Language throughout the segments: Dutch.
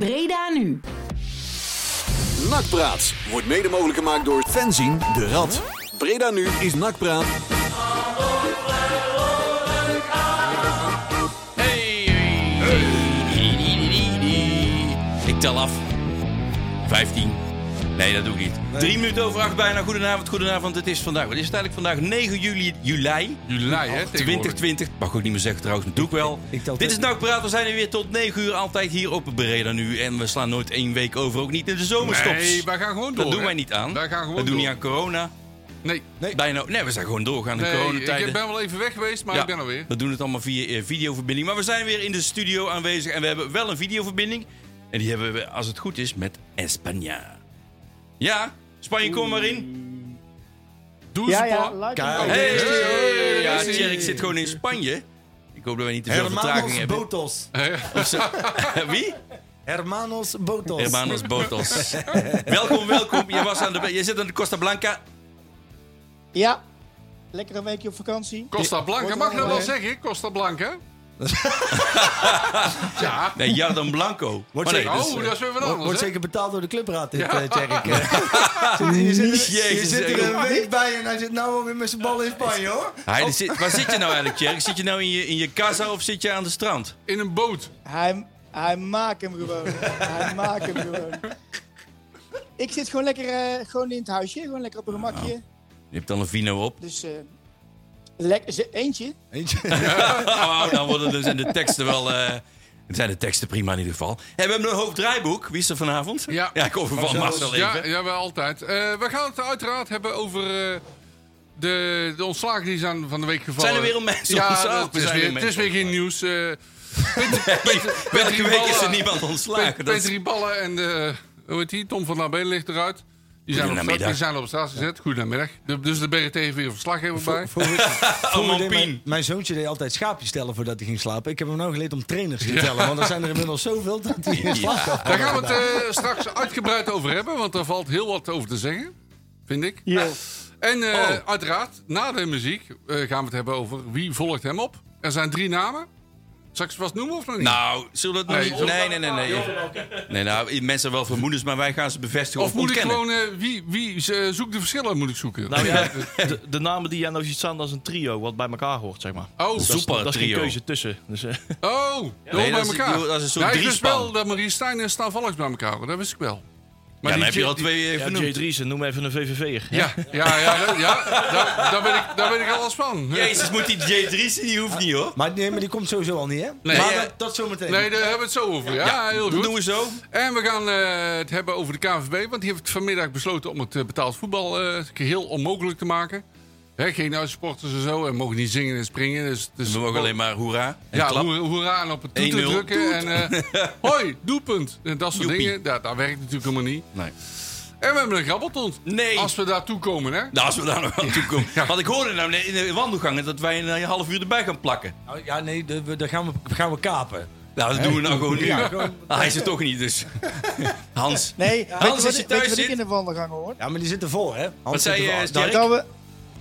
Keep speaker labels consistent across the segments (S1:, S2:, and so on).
S1: Breda nu.
S2: Nakpraat wordt mede mogelijk gemaakt door Fenzien de Rad. Breda nu is Nakpraat.
S3: Hey, hey, hey. Ik tel af. 15. Nee, dat doe ik niet. Drie minuten over acht bijna. Goedenavond, goedenavond. Het is vandaag, wat is het eigenlijk vandaag? 9 juli, juli
S4: Juli, hè? tegenwoordig.
S3: 2020. Mag ik niet meer zeggen trouwens, maar doe ik wel.
S5: ik tel
S3: Dit is Nou Praat. We zijn er weer tot 9 uur. Altijd hier op Breda nu. En we slaan nooit één week over. Ook niet in de zomerstops.
S4: Nee, wij gaan gewoon door.
S3: dat doen
S4: hè?
S3: wij niet aan.
S4: Wij gaan gewoon
S3: we doen
S4: door.
S3: niet aan corona.
S4: Nee, nee,
S3: Bijna, nee, we zijn gewoon doorgaan in coronatijden.
S4: ik ben wel even weg geweest, maar ik ben er weer.
S3: We doen het allemaal via eh, videoverbinding. Maar we zijn weer in de studio aanwezig en we hebben wel een videoverbinding. En die hebben we, als het goed is, met Espanja. Ja, Spanje, kom maar in.
S4: Doe
S5: Ja,
S4: ze
S5: ja,
S4: pa.
S5: laat
S6: Kijk.
S5: hem
S3: Hey,
S4: Hey, hey,
S3: ja,
S4: hey, hey.
S3: Tjerk zit gewoon in Spanje. Ik hoop dat wij niet te veel vertraging
S6: Hermanos
S3: hebben.
S6: Botos.
S3: Wie?
S6: Hermanos Botos.
S3: Hermanos Botos. welkom, welkom. Je, was aan de, je zit aan de Costa Blanca.
S5: Ja, lekker een weekje op vakantie.
S4: Costa Blanca,
S5: Wordt
S4: mag ik
S5: wel,
S4: nou wel
S5: hè?
S4: zeggen? Costa Blanca? ja.
S3: Nee, Jardan Blanco. Maar nee,
S6: zeker.
S3: dus-
S4: Oh, dat is weer wat
S6: Wordt- Wordt
S4: anders, hè?
S6: zeker betaald door de clubraad, dit, eh, Tjerk. je zit, er- je
S3: Jezus, Oh,
S6: zit
S3: zeg.
S6: er een week bij en hij zit nou alweer met zijn bal in Spanje, hoor.
S4: oh.
S3: Hij zit, waar zit je nou eigenlijk, Tjerk? Zit je nou in je, in je casa of zit je aan de strand?
S4: In een boot.
S5: Hij, hij maakt hem gewoon. hij maakt hem gewoon. Ik zit gewoon lekker eh, gewoon in het huisje, gewoon lekker op een
S3: Nou.
S5: gemakje.
S3: Je hebt dan een vino op.
S5: Dus eh lekker ze- eentje.
S6: Eentje.
S3: Oh, dan worden dus in de teksten wel. eh, het zijn de teksten prima in ieder geval. Hey, we hebben een hoofddraaiboek. Wie is er vanavond?
S4: Ja. Oh,
S3: ik hoor van Marcel even.
S4: Ja, ja, wel altijd. Eh, we gaan het uiteraard hebben over eh, de, de ontslagen die zijn van de week gevallen.
S3: Zijn er weer al mensen
S4: ja,
S3: ontslagen? Er
S4: dat is
S3: zijn
S4: weer-
S3: weer
S4: Het is weer
S3: mensen
S4: geen nieuws. eh,
S3: Welke week is er
S4: Riballa.
S3: niemand ontslagen? Dat is-
S4: Peter Riballen en de, hoe heet die? Tom van der Been ligt eruit. Die zijn, op straat,
S3: Goedemiddag.
S4: die zijn op straat gezet. Goedemiddag. De- dus de BRT heeft weer een verslaggever bij.
S6: Vroeger deed
S3: Pien.
S6: mijn, mijn zoontje deed altijd schaapjes tellen voordat hij ging slapen. Ik heb hem nou geleerd om trainers te tellen, want er zijn er inmiddels zoveel dat hij in slaap kan.
S4: Daar gaan we het eh, straks uitgebreid over hebben, want daar valt heel wat over te zeggen. Vind ik. En eh,
S3: Oh.
S4: uiteraard, na de muziek eh, gaan we het hebben over wie volgt hem op. Er zijn drie namen. Zal ik ze vast noemen of nog niet?
S3: Nou, zullen we het nog niet? Nee, nee, nee. nee. nee nou, mensen hebben wel vermoedens, maar wij gaan ze bevestigen of,
S4: of moet ik
S3: ontkennen.
S4: gewoon, eh, wie, wie ze- zoekt de verschillen, moet ik zoeken.
S7: Nou ja, de, de namen die jij nou ziet staan, dat is een trio wat bij elkaar hoort, zeg maar.
S4: Oh,
S7: Dat is,
S3: Super
S7: dat is geen
S3: trio.
S7: keuze tussen. Dus, eh,
S4: oh, door
S3: Nee,
S4: bij
S3: dat is-
S4: elkaar.
S3: dat is een soort
S4: ja, ik wist
S3: driespan.
S4: wel dat Marie Stijn en Staan Valks bij elkaar horen, dat wist ik wel.
S3: Ja,
S4: Maar
S3: dan
S4: die
S3: heb je
S4: J-
S3: al twee eh,
S7: ja, Jay
S3: genoemd.
S7: Driesen, noem even een VVV'er.
S4: Ja, ja, ja, ja, daar, daar, weet ik, daar weet ik alles van.
S3: Jezus, moet die J. Driessen? Die hoeft niet hoor.
S6: Maar, nee, maar die komt sowieso al niet, hè?
S4: Nee,
S6: maar
S4: eh,
S6: dat, dat zometeen.
S4: Nee, daar hebben we het zo over. Ja, heel goed.
S3: Dat doen we zo.
S4: En we gaan eh, het hebben over de KNVB. Want die heeft vanmiddag besloten om het eh, betaald voetbal eh, geheel onmogelijk te maken. Hè, geen uitsporters en zo. En mogen niet zingen en springen. Dus, dus
S3: We mogen alleen maar hoera. En
S4: Ja,
S3: klap.
S4: hoe hoera en op het toeter
S3: 1-0.
S4: drukken. En eh, hoi, doelpunt. En dat soort
S3: Joepie.
S4: dingen. Dat, dat werkt natuurlijk helemaal niet.
S3: Nee.
S4: En we hebben een grabbelton.
S3: Nee.
S4: Als we daartoe komen, hè.
S3: Nou, als we daar nog aan toe komen. Want ik hoorde nou in de wandelgangen dat wij een eh, half uur erbij gaan plakken.
S6: Nou, ja, nee, de- we- daar gaan we, gaan we kapen.
S3: Nou, dat doen we nou gewoon nu.
S6: Ja, gewoon-
S3: Ah, hij is er toch niet, dus. Hans.
S5: Nee, weet je
S3: als
S5: wat,
S3: je
S5: ik- weet
S3: thuis
S5: je wat ik
S3: zit-
S5: in de wandelgang hoor?
S6: Ja, maar die zitten vol, hè? Hans
S3: Wat zei eh,
S6: zit Nou, er
S3: je,
S6: vol.
S3: Sterk?
S5: Dat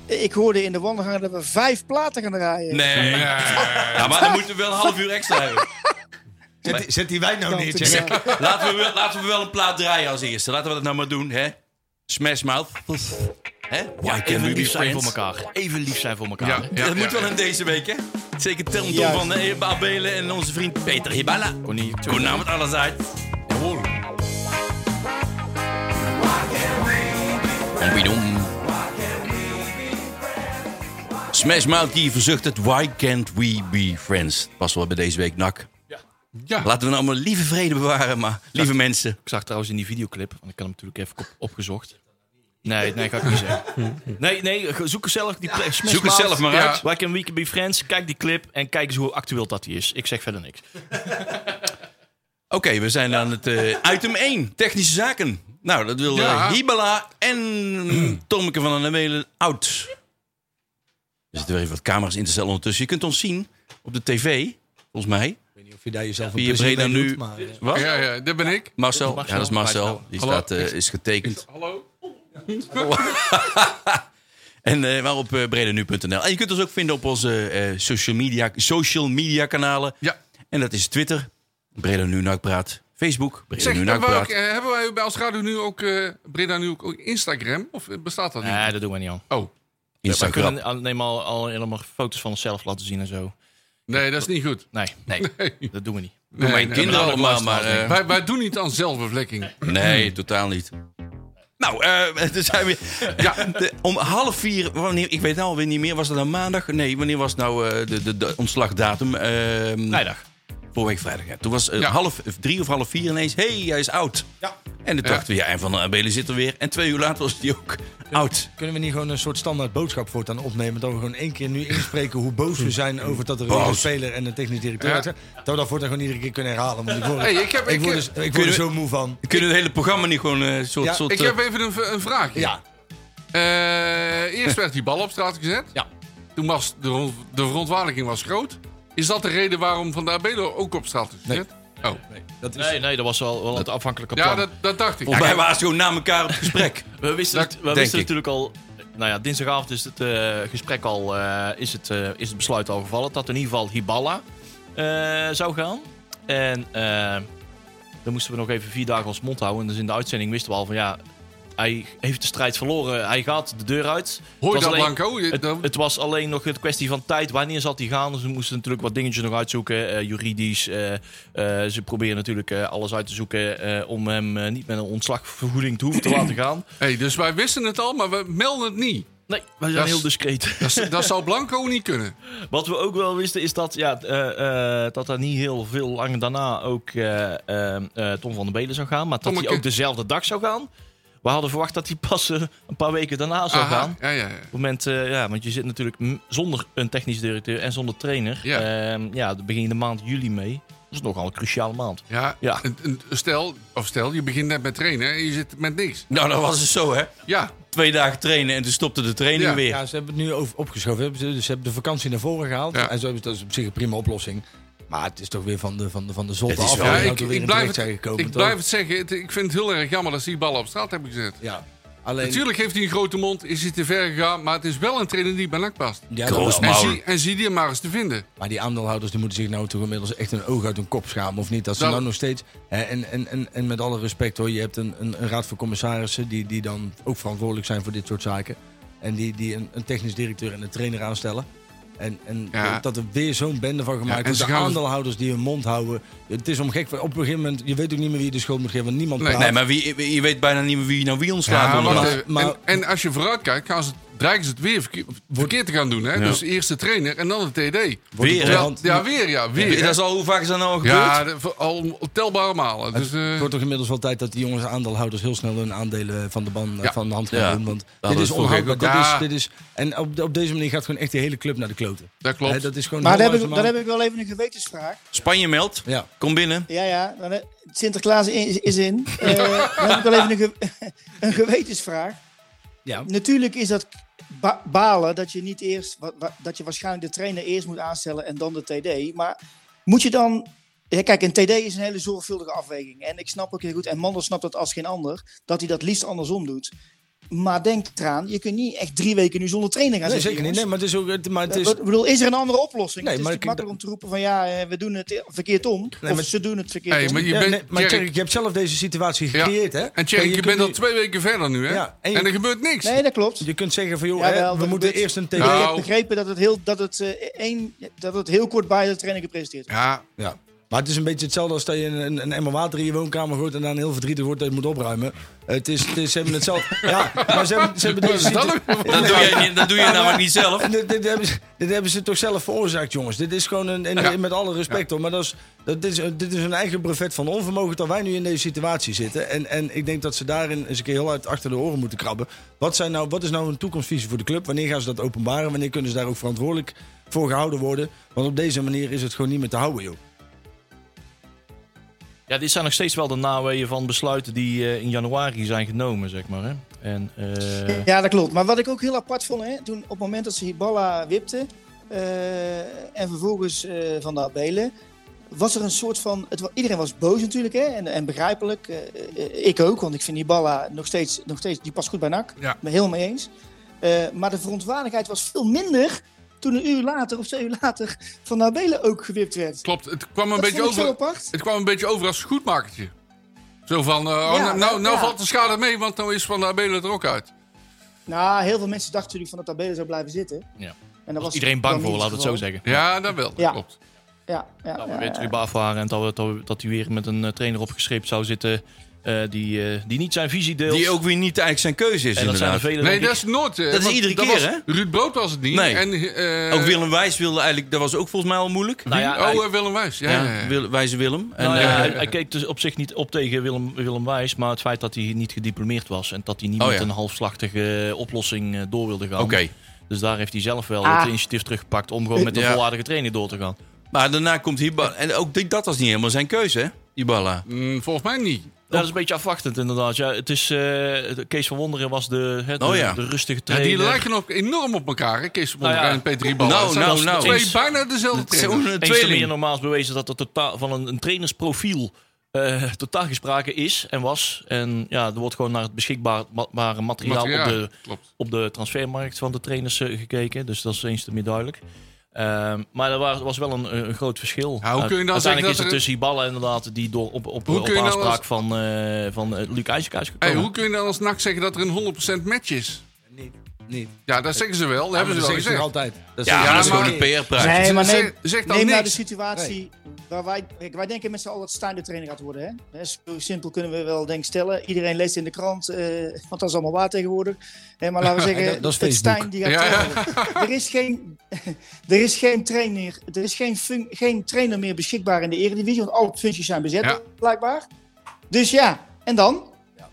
S5: we, ik hoorde in de wandelgang dat we vijf platen gaan draaien.
S3: Nee. Ja, maar dan moeten we wel een half uur extra hebben.
S6: Zet die- Zet die wijn nou
S5: Kant
S6: neer,
S5: en
S6: Tjerk.
S5: klaar.
S3: Laten we, wel- laten we wel een plaat draaien als eerste. Laten we dat nou maar doen, hè? Smash Mouth. Hè? Why
S7: Ja, even lief zijn voor elkaar. Even lief zijn voor elkaar.
S4: Ja,
S7: hè.
S4: ja,
S3: dat
S4: ja,
S3: moet
S4: ja.
S3: wel in deze week, hè? Zeker Telmton
S5: Juist.
S3: van de Abelen en onze vriend Peter Hibala.
S7: Kon niet
S3: Goed namelijk alles uit. Bidom. Smash Mouth die verzucht het Why Can't We Be Friends. Pas wel bij deze week, Nak.
S4: Ja.
S3: Laten we nou allemaal lieve vrede bewaren, maar lieve mensen.
S7: Ik zag trouwens in die videoclip, want ik had hem natuurlijk even op- opgezocht. Nee, nee, ga ik niet zeggen. Nee, nee, ge- zoek er zelf die plek.
S3: Zoek het zelf maar
S4: Ja.
S3: uit.
S7: Wij can we can be friends. Kijk die clip en kijk eens hoe actueel dat die is. Ik zeg verder niks.
S3: Oké, we zijn aan het eh, item 1, technische zaken. Nou, dat wil eh,
S4: Ja.
S3: Hibala en Tomke van der Melen oud. Er zitten weer even wat camera's in te stellen ondertussen. Je kunt ons zien op de tv, volgens mij.
S6: Ik weet niet of je daar jezelf
S3: Wie
S6: een
S3: je
S6: plezier
S3: Breda
S6: mee
S3: nu-
S6: doet, maar... eh,
S3: Wat?
S4: Ja, ja, dat ben ik.
S3: Marcel?
S7: Marcel.
S3: Ja, dat is Marcel.
S7: Hallo.
S3: Die staat, eh, is getekend.
S4: Hallo.
S3: En eh, wel op eh, bredenu.nl. En je kunt ons ook vinden op onze eh, social, media, social media kanalen.
S4: Ja.
S3: En dat is Twitter, Breda Nu Nakpraat. Facebook. Breda
S4: Zeg,
S3: nu
S4: hebben, wij ook,
S3: Nakpraat.
S4: eh, hebben wij bij als radio nu ook, eh, Breda nu ook, ook Instagram? Of eh, bestaat dat niet?
S7: Nee, dat doen we niet aan.
S4: Oh,
S7: We
S3: Instagram.
S7: kunnen alleen maar, al helemaal foto's van onszelf laten zien en zo.
S4: nee, dat is niet goed.
S7: Nee, nee,
S4: Nee.
S7: dat doen we niet.
S3: Doe
S4: Nee,
S3: mijn
S4: nee,
S3: kinderen
S7: maar-
S3: allemaal, maar... eh,
S4: Wij, wij doen niet aan zelfbevlekking.
S3: Nee, totaal niet. Nou, eh er zijn we. Ja, de- om half vier, wanneer, ik weet nou alweer niet meer, was dat een maandag? Nee, wanneer was nou eh, de, de, de ontslagdatum? Ehm
S7: Vrijdag.
S3: Vorige week vrijdag. ja. Toen was eh,
S4: Ja.
S3: half drie of half vier ineens, hé, hey, hij is oud.
S6: Ja.
S3: En toen
S4: Ja.
S3: dachten we, ja, en Van der Belen zit er weer. En twee uur later was hij ook oud.
S6: Kunnen we niet gewoon een soort standaard boodschap voortaan opnemen? Dat we gewoon één keer nu inspreken hoe boos we zijn over dat er een
S3: Boos.
S6: speler en een technisch directeur
S4: Ja.
S6: uit zijn. Dat we dat voortaan gewoon iedere keer kunnen herhalen. Want ik word,
S4: Hey, ik heb-
S6: ik
S4: ik eh, heb-
S6: word, dus- ik word
S3: Kunnen
S6: er
S3: we-
S6: zo moe van.
S3: Kunnen we het hele programma niet gewoon een soort...
S6: Ja,
S3: soort
S4: Ik
S3: eh,
S4: heb even een, v- een vraagje.
S6: Ja,
S4: Eh, eerst werd die bal op straat gezet.
S7: Ja.
S4: Toen was de, rond- de verontwaardiging was groot. Is dat de reden waarom Van der Abelo ook op straat is gezet? Oh.
S6: dat is,
S7: Nee, nee, dat was wel, wel het afhankelijke plan.
S4: Ja, dat, dat dacht ik.
S3: Volgens mij waren ze gewoon na elkaar op gesprek.
S7: We wisten,
S4: Dat
S7: het- we
S3: denk
S7: wisten
S3: ik.
S7: natuurlijk al. Nou ja, dinsdagavond is het eh, gesprek al. eh, is, het, eh, is het besluit al gevallen. Dat in ieder geval Hiballa eh, zou gaan. En eh, dan moesten we nog even vier dagen ons mond houden. En dus in de uitzending wisten we al van ja. Hij heeft de strijd verloren. Hij gaat de deur uit.
S4: Hoor je
S7: Het
S4: dat,
S7: was alleen-
S4: Blanco? Je-
S7: Het,
S4: dan-
S7: het was alleen nog een kwestie van tijd. Wanneer zal die gaan? Dus Ze moesten natuurlijk wat dingetjes nog uitzoeken, eh, juridisch. eh, eh, ze proberen natuurlijk eh, alles uit te zoeken eh, om hem eh, niet met een ontslagvergoeding te hoeven te laten gaan.
S4: hey, dus wij wisten het al, maar we melden het niet.
S7: Nee, wij
S4: Dat
S7: zijn
S4: is-
S7: heel discreet.
S4: Dat, is- dat zou Blanco niet kunnen.
S7: Wat we ook wel wisten is dat, ja, eh, eh, dat er niet heel veel lang daarna ook eh, eh, eh, Tom van der Belen zou gaan. Maar dat hij
S4: Tommeke.
S7: ook dezelfde dag zou gaan. We hadden verwacht dat hij pas eh, een paar weken daarna zou
S4: Aha,
S7: gaan.
S4: Ja, ja, ja.
S7: Op het moment, eh, ja, want je zit natuurlijk m- zonder een technisch directeur en zonder trainer.
S4: Ja.
S7: Ehm, ja, dan begin je de maand juli mee. Dat is nogal een cruciale maand.
S4: ja.
S7: Ja.
S4: Een- een- Stel, of stel, je begint net met trainen en je zit met niks.
S3: nou, dat was het zo, hè.
S4: Ja,
S3: Twee dagen trainen en toen stopte de training
S4: Ja.
S3: weer.
S6: ja, ze hebben het nu over- opgeschoven. Hebben ze- Dus ze hebben de vakantie naar voren gehaald.
S4: Ja.
S6: En zo hebben ze, dat is op zich een prima oplossing. Maar het is toch weer van de, van de, van de zotte
S3: Het is
S6: af.
S3: wel-
S4: ja
S6: dat we
S4: ik,
S6: er weer
S4: ik,
S6: in
S4: blijf
S6: terecht
S4: het,
S6: zijn gekomen,
S4: ik
S6: toch?
S4: blijf het zeggen. Het- ik vind het heel erg jammer dat ze die ballen op straat hebben gezet.
S6: Ja. Alleen,
S4: Natuurlijk heeft hij een grote mond, is hij te ver gegaan, maar het is wel een trainer die bij NAC past.
S6: Ja, dat wel.
S3: Kroos-
S4: En
S3: Mauer.
S4: zie, en zie die hem maar eens te vinden.
S6: Maar die aandeelhouders die moeten zich nou toch inmiddels echt een oog uit hun kop schamen. Of niet? Dat ze
S4: Nou-
S6: nou nog steeds. Hè, en, en, en, en met alle respect hoor, je hebt een, een, een raad van commissarissen die, die dan ook verantwoordelijk zijn voor dit soort zaken. En die, die een, een technisch directeur en een trainer aanstellen. En, en
S4: Ja.
S6: dat er weer zo'n bende van
S4: Ja, en
S6: gemaakt wordt.
S4: ze
S6: de
S4: gaan-
S6: aandeelhouders die hun mond houden. Het is om gek. Op een gegeven moment, je weet ook niet meer wie je de schuld moet geven. Want niemand
S4: Nee.
S6: praat.
S3: Nee, maar wie, je weet bijna niet meer wie nou wie ontslaat.
S4: Ja,
S3: wordt.
S4: wacht
S6: maar-
S4: even.
S6: maar-
S4: en, en als je vooruit kijkt, gaan ze, dreigen ze het weer verkeer, verkeerd te gaan doen. Hè? Dus eerst de trainer en dan de TD.
S6: Wordt het
S3: weer,
S4: Ja,
S6: onderhand-
S4: ja, weer, ja, weer. hè?
S3: dat is al, hoe vaak is dat nou al gebeurd?
S4: Ja, de- voor- al telbare malen. Dus, eh,
S6: Het wordt toch inmiddels wel tijd dat die jongens aandeelhouders heel snel hun aandelen van de, ban, eh,
S4: Ja. Nou,
S6: van de hand gaan
S3: Ja.
S6: doen. Want
S3: Dat
S6: dit
S3: is
S6: is
S3: vorige
S6: onhoudbaar.
S4: week ook.
S6: Dit is,
S4: Ja.
S6: dit is, en op, de- op deze manier gaat gewoon echt die hele club naar de kloten.
S4: dat klopt.
S6: Hè, dat is gewoon
S5: Maar
S6: heel
S5: dan heb, ik, dan
S6: langzamerhand-
S5: heb ik wel even een gewetensvraag.
S3: Spanje meldt.
S6: Ja.
S3: Kom binnen.
S5: Ja, ja. Dan, eh, Sinterklaas is, is in. Eh, dan heb ik wel even een, ge- een gewetensvraag.
S6: Ja.
S5: Natuurlijk is dat ba- balen dat je niet eerst, wa- wa- dat je waarschijnlijk de trainer eerst moet aanstellen en dan de TD. Maar moet je dan. Ja, kijk, een TD is een hele zorgvuldige afweging. En ik snap ook heel goed, en Mandel snapt dat als geen ander, dat hij dat liefst andersom doet. Maar denk eraan, je kunt niet echt drie weken nu zonder trainer gaan
S6: Nee,
S5: zitten,
S6: zeker niet. Nee,
S5: jongens.
S6: maar het is ook... het- Maar het
S5: Ik
S6: is,
S5: bedoel, is er een andere oplossing?
S6: Nee,
S5: het is
S6: maar
S5: natuurlijk
S6: ik-
S5: makkelijk om te roepen van ja, eh, we doen het verkeerd om. of
S6: maar-
S5: ze doen het verkeerd
S4: Hey,
S5: om.
S4: maar je
S6: ja,
S4: bent,
S6: nee, maar
S4: Tjerk,
S6: Tjerk, je hebt zelf deze situatie gecreëerd, hè?
S4: En
S6: Kijk,
S4: Tjerk, je
S6: kunt
S4: bent al
S6: nu-
S4: twee weken verder nu, hè?
S6: Ja, en
S4: en,
S6: je-
S4: er gebeurt niks.
S5: Nee, dat klopt.
S6: Je kunt zeggen van, joh,
S5: Jawel,
S6: hè,
S5: dat
S6: we moeten
S5: gebeurt.
S6: eerst een TD...
S5: Ik
S4: Nou.
S5: heb begrepen dat het heel, dat het, eh, één, dat het heel kort bij de training gepresenteerd wordt.
S4: Ja,
S6: Ja. Maar het is een beetje hetzelfde als dat je een, een, een emmer water in je woonkamer gooit... en dan heel verdrietig wordt dat je het moet opruimen. Eh, Het is, het is, ze hebben het zelf... Ja, maar ze hebben, ze hebben deze
S4: dat
S6: situ-
S4: ook nog wel.
S3: Dat doe, jij, niet- dat doe je namelijk niet zelf.
S6: En dit, dit hebben ze, dit hebben ze toch zelf veroorzaakt, jongens. Dit is gewoon, een, en
S4: Ja.
S6: met alle respect hoor, maar dat is, dat, dit, is, dit is een eigen brevet van onvermogen dat wij nu in deze situatie zitten. En, en ik denk dat ze daarin eens een keer heel hard achter de oren moeten krabben. Wat, zijn nou, wat is nou een toekomstvisie voor de club? Wanneer gaan ze dat openbaren? Wanneer kunnen ze daar ook verantwoordelijk voor gehouden worden? Want op deze manier is het gewoon niet meer te houden, joh.
S7: Ja, dit zijn nog steeds wel de naweeën van besluiten die eh, in januari zijn genomen, zeg maar. Hè? En, eh,
S5: Ja, dat klopt. Maar wat ik ook heel apart vond, hè, toen, op het moment dat ze Hiballa wipte eh, en vervolgens eh, Van de Abelen, was er een soort van... Het, wa- iedereen was boos natuurlijk hè, en, en begrijpelijk. eh, eh, ik ook, want ik vind Hiballa nog steeds, nog steeds die past goed bij NAC.
S4: Ja.
S5: Me heel mee eens. Eh, maar de verontwaardigheid was veel minder toen een uur later of twee uur later van Nabelen ook gewipt werd.
S4: Klopt, het kwam een
S5: dat
S4: beetje
S5: vond ik zo
S4: over.
S5: apart.
S4: Het kwam een beetje over als goedmakertje. Zo van, eh, oh,
S5: Ja,
S4: nou, nou, nou
S5: ja.
S4: valt de schade mee, want nou is Van der Abelen er ook uit.
S5: Nou, heel veel mensen dachten natuurlijk van dat Nabelen zou blijven zitten.
S7: Ja.
S5: En daar was
S7: Iedereen
S5: dan
S7: bang voor,
S5: niet
S7: laat het zo
S5: geval.
S7: zeggen. Nou,
S4: Ja, dat wel.
S5: Ja.
S4: Klopt.
S5: Ja, ja,
S7: Dat we
S5: ja,
S7: weer
S5: ja.
S7: terug baaf waren en dat, we, dat, we- dat hij weer met een eh, trainer opgeschreven zou zitten eh, die, eh, die niet zijn visie deelt.
S3: Die ook weer niet eigenlijk zijn keuze is,
S7: en dat zijn er
S3: inderdaad.
S7: vele
S4: Nee,
S7: die-
S4: dat is nooit. eh,
S3: Dat is
S4: want
S3: iedere
S4: dat
S3: keer,
S4: was-
S3: hè?
S4: Ruud Brood was het niet.
S3: Nee.
S4: En, eh,
S3: Ook Willem Wijs wilde eigenlijk... Dat was ook volgens mij al moeilijk.
S7: Nou ja,
S4: Oh,
S7: hij-
S4: eh, Willem Wijs. Ja,
S3: Ja,
S4: ja, ja.
S3: Wil- Wijze Willem. En,
S7: nou ja,
S3: eh,
S7: hij, hij keek dus op zich niet op tegen Willem, Willem Wijs, maar het feit dat hij niet gediplomeerd was en dat hij niet
S3: Oh,
S7: met
S3: ja.
S7: een halfslachtige eh, oplossing eh, door wilde gaan.
S3: Oké.
S7: Dus daar heeft hij zelf wel
S5: Ah.
S7: het initiatief teruggepakt om gewoon met een
S3: Ja.
S7: volwaardige training door te gaan.
S3: Maar daarna komt Hibala. En ook dit- dat was niet helemaal zijn keuze, hè? Hibala.
S4: Mm, volgens mij niet.
S7: Dat is een beetje afwachtend inderdaad. Ja, het is, eh, Kees van Wonderen was de, hè, de,
S3: Oh ja.
S7: de rustige
S4: Ja,
S7: trainer.
S4: die lijken ook enorm op elkaar. hè? Kees van
S7: Nou
S4: Wonderen
S7: ja.
S4: en P3 Ballen.
S3: Nou,
S4: Dat zijn
S3: nou,
S4: als
S3: nou.
S4: Twee
S7: Eens-
S4: bijna dezelfde trainers.
S3: Zo'n eh,
S7: Eens te meer
S3: tweeling.
S7: normaal is bewezen dat er totaal, van een, een trainersprofiel eh, totaal gesproken is en was. En ja, er wordt gewoon naar het beschikbare ma- bare materiaal,
S4: Materiaal.
S7: Op, de,
S4: Klopt.
S7: op de transfermarkt van de trainers eh, gekeken. Dus dat is eens te meer duidelijk. Ehm, maar er wa- was wel een, een groot verschil.
S4: Ja, hoe kun je nou
S7: Uiteindelijk
S4: zeggen dat
S7: is het
S4: er-
S7: tussen die ballen inderdaad die door op, op,
S4: Hoe
S7: op
S4: kun je nou
S7: aanspraak
S4: als-
S7: van, eh, van eh, Luc IJzerka is
S4: Hey,
S7: gekomen.
S4: hoe kun je dan als NAC zeggen dat er een 100% match is?
S6: Niet. Niet.
S4: Ja, dat zeggen ze wel. Dat hebben ze
S6: dat
S4: wel
S6: zeggen ze nog
S4: gezegd.
S6: altijd. Dat
S3: Ja,
S6: zeggen ze
S3: dat is
S6: nog
S4: maar-
S3: gewoon
S6: altijd.
S3: een PR-prijs.
S5: Nee, maar neem,
S4: Zeg- zeg dan
S5: neem nou de
S4: niks.
S5: situatie waar wij... Kijk, wij denken met z'n allen dat Stijn de trainer gaat worden. Hè? Hè, Zo simpel kunnen we wel denk ik stellen. Iedereen leest in de krant, eh, want dat is allemaal waar tegenwoordig. Hè, maar laten we zeggen,
S6: dat- dat is
S5: het
S6: Facebook.
S5: Stijn die gaat
S4: Ja, ja.
S5: trainen worden. Er is geen... Er is geen trainer, er is geen, fun- geen trainer meer beschikbaar in de eredivisie, want alle functies zijn bezet,
S4: Ja.
S5: blijkbaar. Dus ja, en dan?
S6: Ja,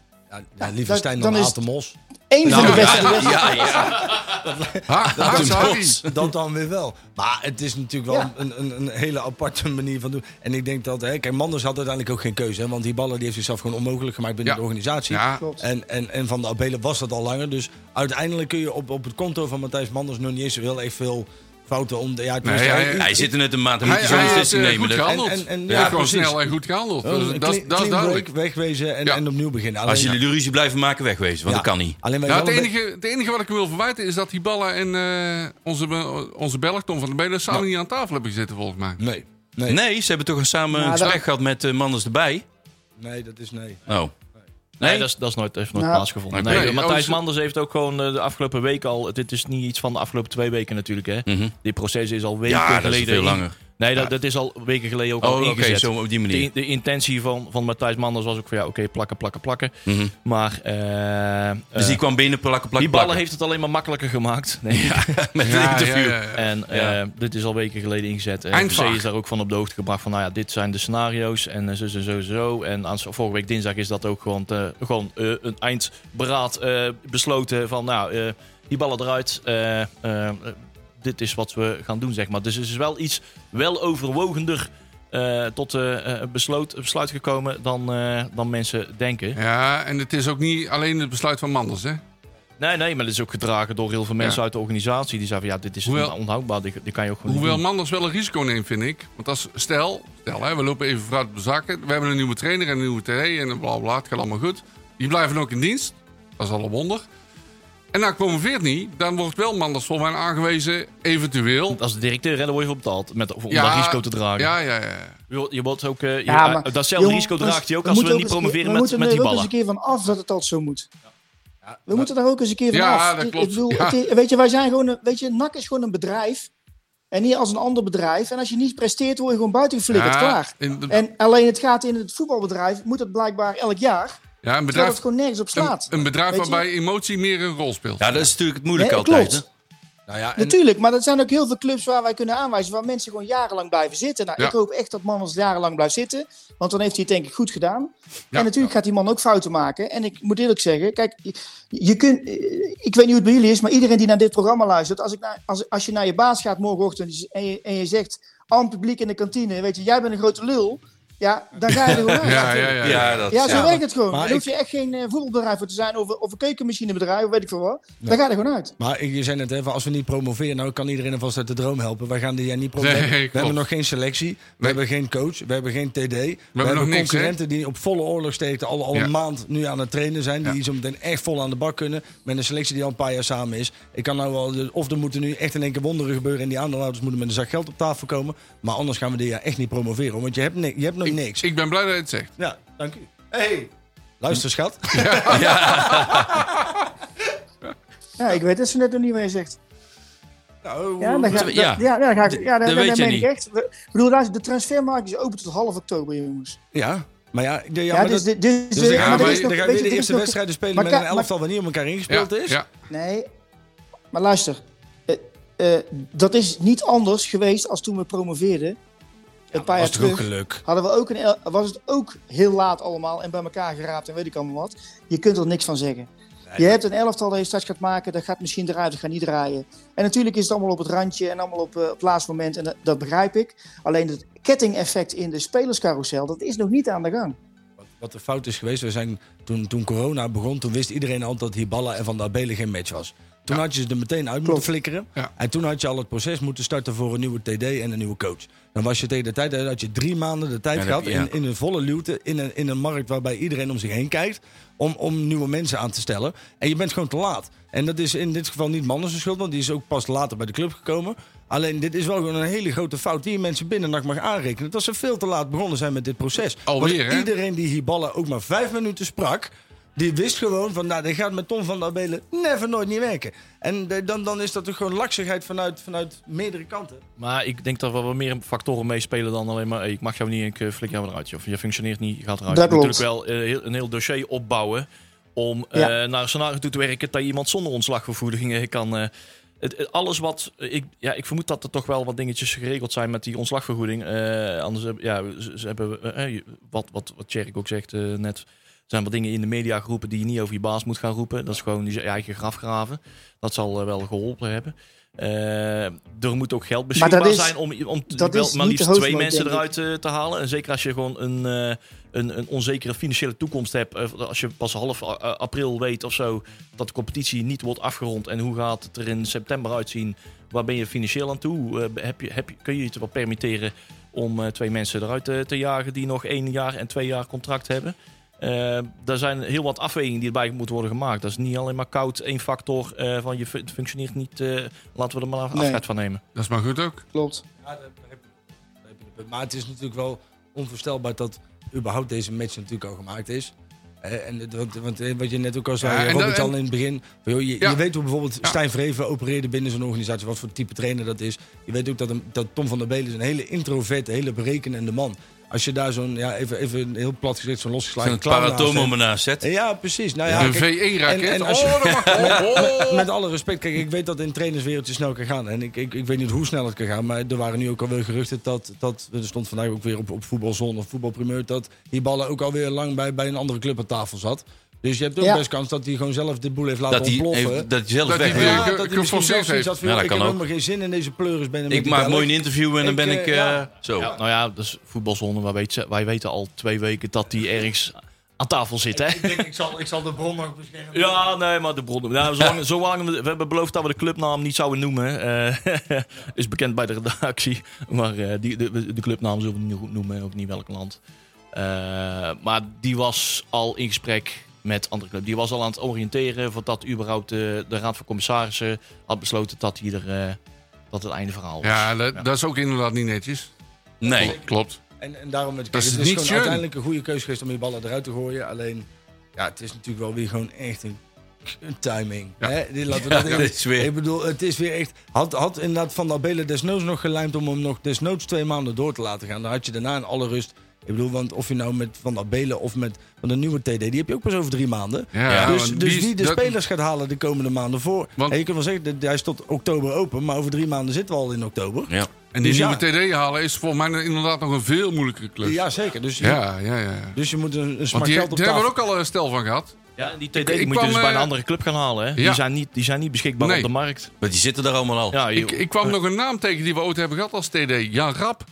S6: ja, liever
S5: dat-
S6: Stijn
S5: dan
S6: dan,
S5: is-
S6: Aad de Mos.
S5: Eén van
S6: Nou,
S5: de beste. de beste.
S3: Ja, ja.
S4: Ha, ha, sorry.
S6: Dat dan weer wel. Maar het is natuurlijk wel
S5: Ja.
S6: een, een, een hele aparte manier van doen. En ik denk dat, hè, kijk, Manders had uiteindelijk ook geen keuze. Hè, want die ballen die heeft zichzelf gewoon onmogelijk gemaakt binnen
S4: Ja.
S6: de organisatie.
S4: Ja,
S5: Klopt.
S6: En, en, en van de Abelen was dat al langer. Dus uiteindelijk kun je op, op het konto van Matthijs Manders nog niet eens zo heel erg veel fouten om. de- Ja, tenminste,
S4: Nee, hij-
S6: hij-
S3: Hij zit er net een maand. Dan moet
S4: hij,
S3: je zo'n
S4: hij heeft
S3: beslissing
S4: eh,
S3: nemen.
S4: goed
S3: Dat-
S4: gehandeld.
S6: En- en- en-
S4: Hij
S6: ja,
S4: heeft gewoon
S6: precies.
S4: snel en goed gehandeld.
S6: Gewoon
S4: Dus
S6: een
S4: Dat
S6: clean-
S4: dat is
S6: clean
S4: duidelijk.
S6: break, wegwezen en,
S4: Ja.
S6: en opnieuw beginnen.
S3: Als
S6: Alleen-
S3: jullie de ruzie blijven maken, wegwezen. Want
S6: ja.
S3: dat kan niet.
S6: Alleen wij
S4: Nou,
S6: wel
S4: het,
S6: een be-
S4: enige, het enige wat ik hem wil verwijten is dat die ballen en eh, onze, be- onze Belg, Tom van der Belen, samen niet aan tafel hebben gezeten, volgens mij.
S6: Nee. Nee. nee.
S3: Nee, ze hebben toch samen een
S5: Nou,
S3: gesprek
S5: dat-
S3: gehad met eh, Manders erbij?
S6: dat is nee.
S3: Oh. Nee,
S7: Nee, dat, is, dat is nooit, heeft nooit
S5: Nou.
S7: plaatsgevonden.
S3: Oké.
S7: Nee,
S4: Nee, oh,
S7: Matthijs
S4: is-
S7: Manders heeft ook gewoon eh, de afgelopen week al... Dit is niet iets van de afgelopen twee weken natuurlijk, hè.
S4: Hm.
S3: Mhm.
S7: Dit proces is al weken
S3: Ja, dat is
S7: geleden...
S3: veel
S7: in-
S3: langer.
S7: nee, dat, dat is al weken geleden ook al
S3: Oh, oké,
S7: ingezet.
S3: zo op die
S7: de,
S3: manier.
S7: in- de intentie van, van Matthijs Manders was ook van... Ja, oké, plakken, plakken, plakken.
S3: Mhm.
S7: Maar eh, eh,
S3: Dus die kwam binnen, plakken, plakken,
S7: die ballen
S3: plakken.
S7: heeft het alleen maar makkelijker gemaakt. Nee.
S3: met het
S4: Ja,
S3: interview.
S4: ja, ja, ja.
S7: En
S3: Ja.
S7: eh, dit is al weken geleden ingezet. En
S4: Eindvraag.
S7: NEC is daar ook van op de hoogte gebracht van, nou ja, dit zijn de scenario's en eh, zo, zo, zo, zo. En aan, vorige week dinsdag is dat ook gewoon, te- gewoon eh, een eindberaad eh, besloten van, nou, eh, die ballen eruit. eh, eh, eh, dit is wat we gaan doen, zeg maar. Dus het is wel iets wel overwogender eh, tot eh, eh, besloot, besluit gekomen dan, eh, dan mensen denken.
S4: Ja, en het is ook niet alleen het besluit van Manders, hè?
S7: Nee, nee, maar het is ook gedragen door heel veel mensen
S4: Ja.
S7: uit de organisatie. Die zeiden van, ja, dit is
S4: Hoewel-
S7: onhoudbaar. Dit, dit kan je ook gewoon niet
S4: Hoewel
S7: doen.
S4: Manders wel een risico neemt, vind ik. Want als, stel, stel hè, we lopen even vooruit op de zakken. We hebben een nieuwe trainer en een nieuwe TD en bla bla. Het gaat allemaal goed. Die blijven ook in dienst. Dat is al een wonder. En dan promoveert niet. Dan wordt wel Manders voor mij aangewezen, eventueel.
S7: Als de directeur, hè, daar word je voor betaald. Met, om dat risico te dragen.
S4: Ja, ja, ja.
S7: Je wordt- Je wordt ook, eh, je-
S5: Ja, maar-
S7: eh, datzelfde
S5: jongens,
S7: risico draagt hij ook
S5: we
S7: als
S5: moeten
S7: we niet
S5: ook eens-
S7: promoveren
S5: we
S7: met,
S5: moeten
S7: met
S5: er
S7: die
S5: ook eens
S7: ballen.
S5: een keer van af dat het altijd zo moet. we moeten daar ook eens een keer van
S4: Ja,
S5: af.
S4: dat
S5: Ik-
S4: klopt.
S5: Ik bedoel,
S4: Ja.
S5: het is- weet je, wij zijn gewoon een, weet je, NAC is gewoon een bedrijf. En niet als een ander bedrijf. En als je niet presteert, word je gewoon buiten geflikkerd.
S4: ja,
S5: klaar.
S4: in de-
S5: En alleen het gaat in het voetbalbedrijf, moet dat blijkbaar elk jaar.
S4: ja, een
S5: Terwijl
S4: bedrijf,
S5: het gewoon nergens op
S4: een,
S5: slaat.
S4: een bedrijf
S5: Weet je?
S4: waarbij emotie meer een rol speelt.
S3: Ja, dat is natuurlijk het moeilijke
S5: Nee,
S3: altijd.
S5: klopt.
S3: hè?
S6: Nou ja, en-
S5: Natuurlijk, maar dat zijn ook heel veel clubs waar wij kunnen aanwijzen waar mensen gewoon jarenlang blijven zitten. Nou,
S4: Ja.
S5: ik hoop echt dat Manders jarenlang blijft zitten, want dan heeft hij het denk ik goed gedaan.
S4: Ja.
S5: en natuurlijk gaat die man ook fouten maken. En ik moet eerlijk zeggen, kijk, je, je kunt, eh, ik weet niet hoe het bij jullie is, maar iedereen die naar dit programma luistert, als, ik naar, als, als je naar je baas gaat morgenochtend en je, en je zegt aan het publiek in de kantine, weet je, jij bent een grote lul. Ja, dan ga je er gewoon uit.
S4: Ja,
S5: natuurlijk.
S4: ja, ja.
S3: Ja, dat,
S5: Ja, zo
S3: ja.
S5: werkt het gewoon.
S6: Maar
S5: Daar hoef je echt geen eh, voetbalbedrijf voor te zijn of, of een keukenmachinebedrijf, weet ik veel wat. Dan
S6: Nee.
S5: ga je er gewoon uit.
S6: Maar ik- je zei net even, als we niet promoveren, nou kan iedereen alvast uit de droom helpen. Wij gaan die ja, niet promoveren.
S4: Nee,
S6: we
S4: klopt.
S6: hebben nog geen selectie, we
S4: Nee.
S6: hebben geen coach, we hebben geen TD. We, hebben
S4: nog niks,
S6: concurrenten die op volle oorlogsterkte al, al
S4: Ja.
S6: een maand nu aan het trainen zijn. Die
S4: Ja.
S6: zo meteen echt vol aan de bak kunnen met een selectie die al een paar jaar samen is. Ik kan nou wel, de- of er moeten nu echt in één keer wonderen gebeuren en die aandeelhouders moeten met een zak geld op tafel komen. Maar anders gaan we dit jaar echt niet promoveren, want je hebt, ni- je hebt nog niks.
S4: Ik ben blij dat je het zegt.
S6: Ja, dank u. Hey. Luister schat.
S5: Ja, ik weet het zo net nog niet wat je zegt.
S6: Nou,
S5: Ja, dan ga,
S3: Ja.
S5: dan- ja. ja, dan ga ik. Ja,
S3: Dat
S5: dan, dan,
S3: weet je
S5: meen
S3: niet.
S5: ik echt. We- Ik bedoel, luister, de transfermarkt is open tot half oktober, jongens.
S6: ja, maar ja, ik- ja,
S5: Ja,
S6: maar dat-
S5: dus, dit- dus,
S6: Dus dan
S5: maar
S6: gaan
S5: er
S6: we,
S5: is nog-
S6: dan gaan we
S5: weet
S6: weer
S5: je,
S6: de
S5: er is
S6: eerste
S5: nog-
S6: wedstrijden spelen
S5: maar
S6: met
S5: ka-
S6: een elftal waar niet op elkaar
S4: Ja,
S6: ingespeeld is.
S4: ja.
S5: Nee, maar luister. eh, eh, dat is niet anders geweest als toen we promoveerden. Een paar jaar
S6: was toch ook
S5: terug.
S6: geluk.
S5: Hadden we ook een, el- was het ook heel laat allemaal en bij elkaar geraapt en weet ik allemaal wat. Je kunt er niks van zeggen. je hebt een elftal dat je straks gaat maken, dat gaat misschien eruit, dat gaat niet draaien. En natuurlijk is het allemaal op het randje en allemaal op, eh, op laatste moment en dat, dat begrijp ik. Alleen het kettingeffect in de spelerscarousel, dat is nog niet aan de gang.
S6: Wat de fout is geweest, we zijn, toen, toen corona begon, toen wist iedereen al dat Hiballa en Van der Belen geen match was. Toen had je ze er meteen uit moeten flikkeren.
S4: Ja.
S6: En toen had je al het proces moeten starten voor een nieuwe TD en een nieuwe coach. Dan was je tegen de tijd, dan had je drie maanden de tijd
S3: Ja, dat-
S6: gehad
S3: ja.
S6: in, in een volle luwte, in een, in een markt waarbij iedereen om zich heen kijkt, om, om nieuwe mensen aan te stellen. En je bent gewoon te laat. En dat is in dit geval niet Mannen zijn schuld, want die is ook pas later bij de club gekomen. Alleen dit is wel gewoon een hele grote fout die je mensen binnen mag aanrekenen. Dat ze veel te laat begonnen zijn met dit proces.
S4: Alweer,
S6: Want
S4: hè?
S6: iedereen die hier ballen ook maar vijf minuten sprak. Die wist gewoon van, nou, dit gaat met Tom van der Belen never nooit niet werken. En de- dan, dan is dat toch gewoon laksigheid vanuit, vanuit meerdere kanten.
S7: Maar ik denk dat er wel meer factoren meespelen dan alleen maar... hey, ik mag jou niet, ik eh, flik jou eruit. Of je functioneert niet, je gaat eruit.
S5: Dat
S7: je moet
S5: klopt.
S7: natuurlijk wel eh, heel- een heel dossier opbouwen... om eh,
S5: Ja.
S7: naar een scenario toe te werken... dat iemand zonder ontslagvergoedingen kan... eh, het, het- alles wat... eh, Ik, ja, ik vermoed dat er toch wel wat dingetjes geregeld zijn... met die ontslagvergoeding. Eh, anders heb- ja, ze, ze hebben... eh, eh, wat, wat, wat Tjerk ook zegt eh, net... Er zijn wat dingen in de media geroepen die je niet over je baas moet gaan roepen. Dat is gewoon je eigen graf graven. Dat zal eh, wel geholpen hebben. Eh, er moet ook geld beschikbaar
S5: dat is-
S7: zijn om, om t-
S5: dat
S7: wel,
S5: is
S7: maar
S5: niet de
S7: liefst twee
S5: hoofdmoot,
S7: mensen
S5: denk ik.
S7: eruit eh, te halen. En zeker als je gewoon een, eh, een, een onzekere financiële toekomst hebt. eh, als je pas half eh, april weet of zo dat de competitie niet wordt afgerond. En hoe gaat het er in september uitzien? Waar ben je financieel aan toe? Eh, heb je, heb je, kun je het wel permitteren om eh, twee mensen eruit eh, te jagen die nog één jaar en twee jaar contract hebben? Eh, daar zijn heel wat afwegingen die erbij moeten worden gemaakt. Dat is niet alleen maar koud één factor eh, van je fun- het functioneert niet. eh, laten we er maar af-
S5: Nee.
S7: afscheid van nemen.
S4: Dat is maar goed ook.
S5: Klopt.
S6: Maar het is natuurlijk wel onvoorstelbaar dat überhaupt deze match natuurlijk al gemaakt is. Eh, En het- want, want, eh, wat je net ook al zei,
S4: Ja, en
S6: Robert
S4: dat-
S6: al in het begin. van, joh, je,
S4: Ja.
S6: je weet hoe bijvoorbeeld
S4: Ja.
S6: Stijn Vreven opereerde binnen zo'n organisatie. Wat voor type trainer dat is. Je weet ook dat, hem- dat Tom van der Belen is een hele introverte, hele berekenende man. Als je daar zo'n, ja, even, even heel plat gezegd, zo'n losgeslagen
S3: Een
S6: clown naast
S3: paratoom om
S6: hebt.
S3: me naast zet.
S6: Ja, precies. Nou ja,
S4: een
S6: kijk, en-
S4: V1-raket.
S6: en als je-
S4: Oh, dat mag
S6: met, Ah, met alle respect, kijk, ik weet dat in trainerswereldje snel kan gaan. En ik, ik, ik weet niet hoe snel het kan gaan. Maar er waren nu ook alweer geruchten dat, dat er stond vandaag ook weer op, op voetbalzon of voetbalprimeur, dat die ballen ook alweer lang bij, bij een andere club aan tafel zat. Dus je hebt ook
S5: Ja.
S6: best kans dat hij gewoon zelf de boel heeft laten
S3: Dat hij,
S6: ontploffen.
S3: heeft, dat hij zelf
S4: Dat
S3: weg
S4: hij
S3: wil.
S4: weer-
S6: ja,
S4: ge-
S6: dat hij misschien
S4: geforceerd
S6: zelf zoiets
S4: heeft.
S6: had van,
S3: Ja, dat
S6: ik
S3: kan
S6: heb
S3: ook.
S6: helemaal geen zin in deze pleuris. Ben
S3: Ik maak mooi een interview en dan
S6: Ik,
S3: ben ik...
S6: eh,
S3: eh,
S6: ja.
S3: Zo.
S7: Ja, nou ja, dus voetbalzone, wij weten, wij weten al twee weken dat die ergens aan tafel zit, hè?
S6: ik, zal, ik zal de bron nog beschermen.
S7: Ja, nee, maar de bron... Nou, zolang, zolang we, we hebben beloofd dat we de clubnaam niet zouden noemen. eh, is bekend bij de redactie. Maar eh, die, de, de clubnaam zullen we niet noemen en ook niet welk land. Eh, maar die was al in gesprek met andere club. Die was al aan het oriënteren voordat überhaupt de, de Raad van Commissarissen had besloten dat, hij er, eh, dat het einde verhaal was.
S4: Ja, dat, dat is ook inderdaad niet netjes.
S3: Nee.
S4: Klopt.
S6: En, en daarom met
S4: Dat
S6: het
S4: is
S6: is,
S4: niet
S6: gewoon
S4: schön.
S6: uiteindelijk een goede keuze geweest om die ballen eruit te gooien. Alleen, ja, het is natuurlijk wel weer gewoon echt een, een timing.
S4: Ja.
S6: Hè? Dit, laten we
S3: Ja,
S6: dat
S3: dit is weer-
S6: Ik bedoel, het is weer echt... Had, had inderdaad Van der Belen desnoods nog gelijmd om hem nog desnoods twee maanden door te laten gaan. Dan had je daarna in alle rust... Ik bedoel, want of je nou met Van der Belen of met, met een nieuwe TD, die heb je ook pas over drie maanden.
S4: Ja,
S6: dus
S4: want
S6: dus
S4: die
S6: wie,
S4: is-
S6: de
S4: dat-
S6: spelers gaat halen de komende maanden voor.
S4: Want-
S6: en je kunt wel zeggen, dat- hij is tot oktober open, maar over drie maanden zitten we al in oktober.
S3: Ja.
S4: En die
S6: Dus ja.
S4: nieuwe TD halen is volgens mij inderdaad nog een veel moeilijkere klus.
S6: Ja, zeker. Dus,
S4: ja, ja. ja.
S6: dus je moet een, een
S4: Want
S6: smart
S4: die,
S6: geld op
S4: daar hebben we
S6: tafel
S4: ook al een stel van gehad.
S7: Ja, en die
S4: Ik-
S7: TD
S4: ik
S7: die moet je
S4: kwam,
S7: dus bij
S4: eh,
S7: een andere club gaan halen. Hè?
S4: ja.
S7: Die, zijn niet, die zijn niet beschikbaar
S4: Nee.
S7: op de markt.
S3: Want die zitten er allemaal al.
S7: Ja,
S4: Ik, ik kwam nog een naam tegen die we ooit hebben gehad als TD. Jan Rap.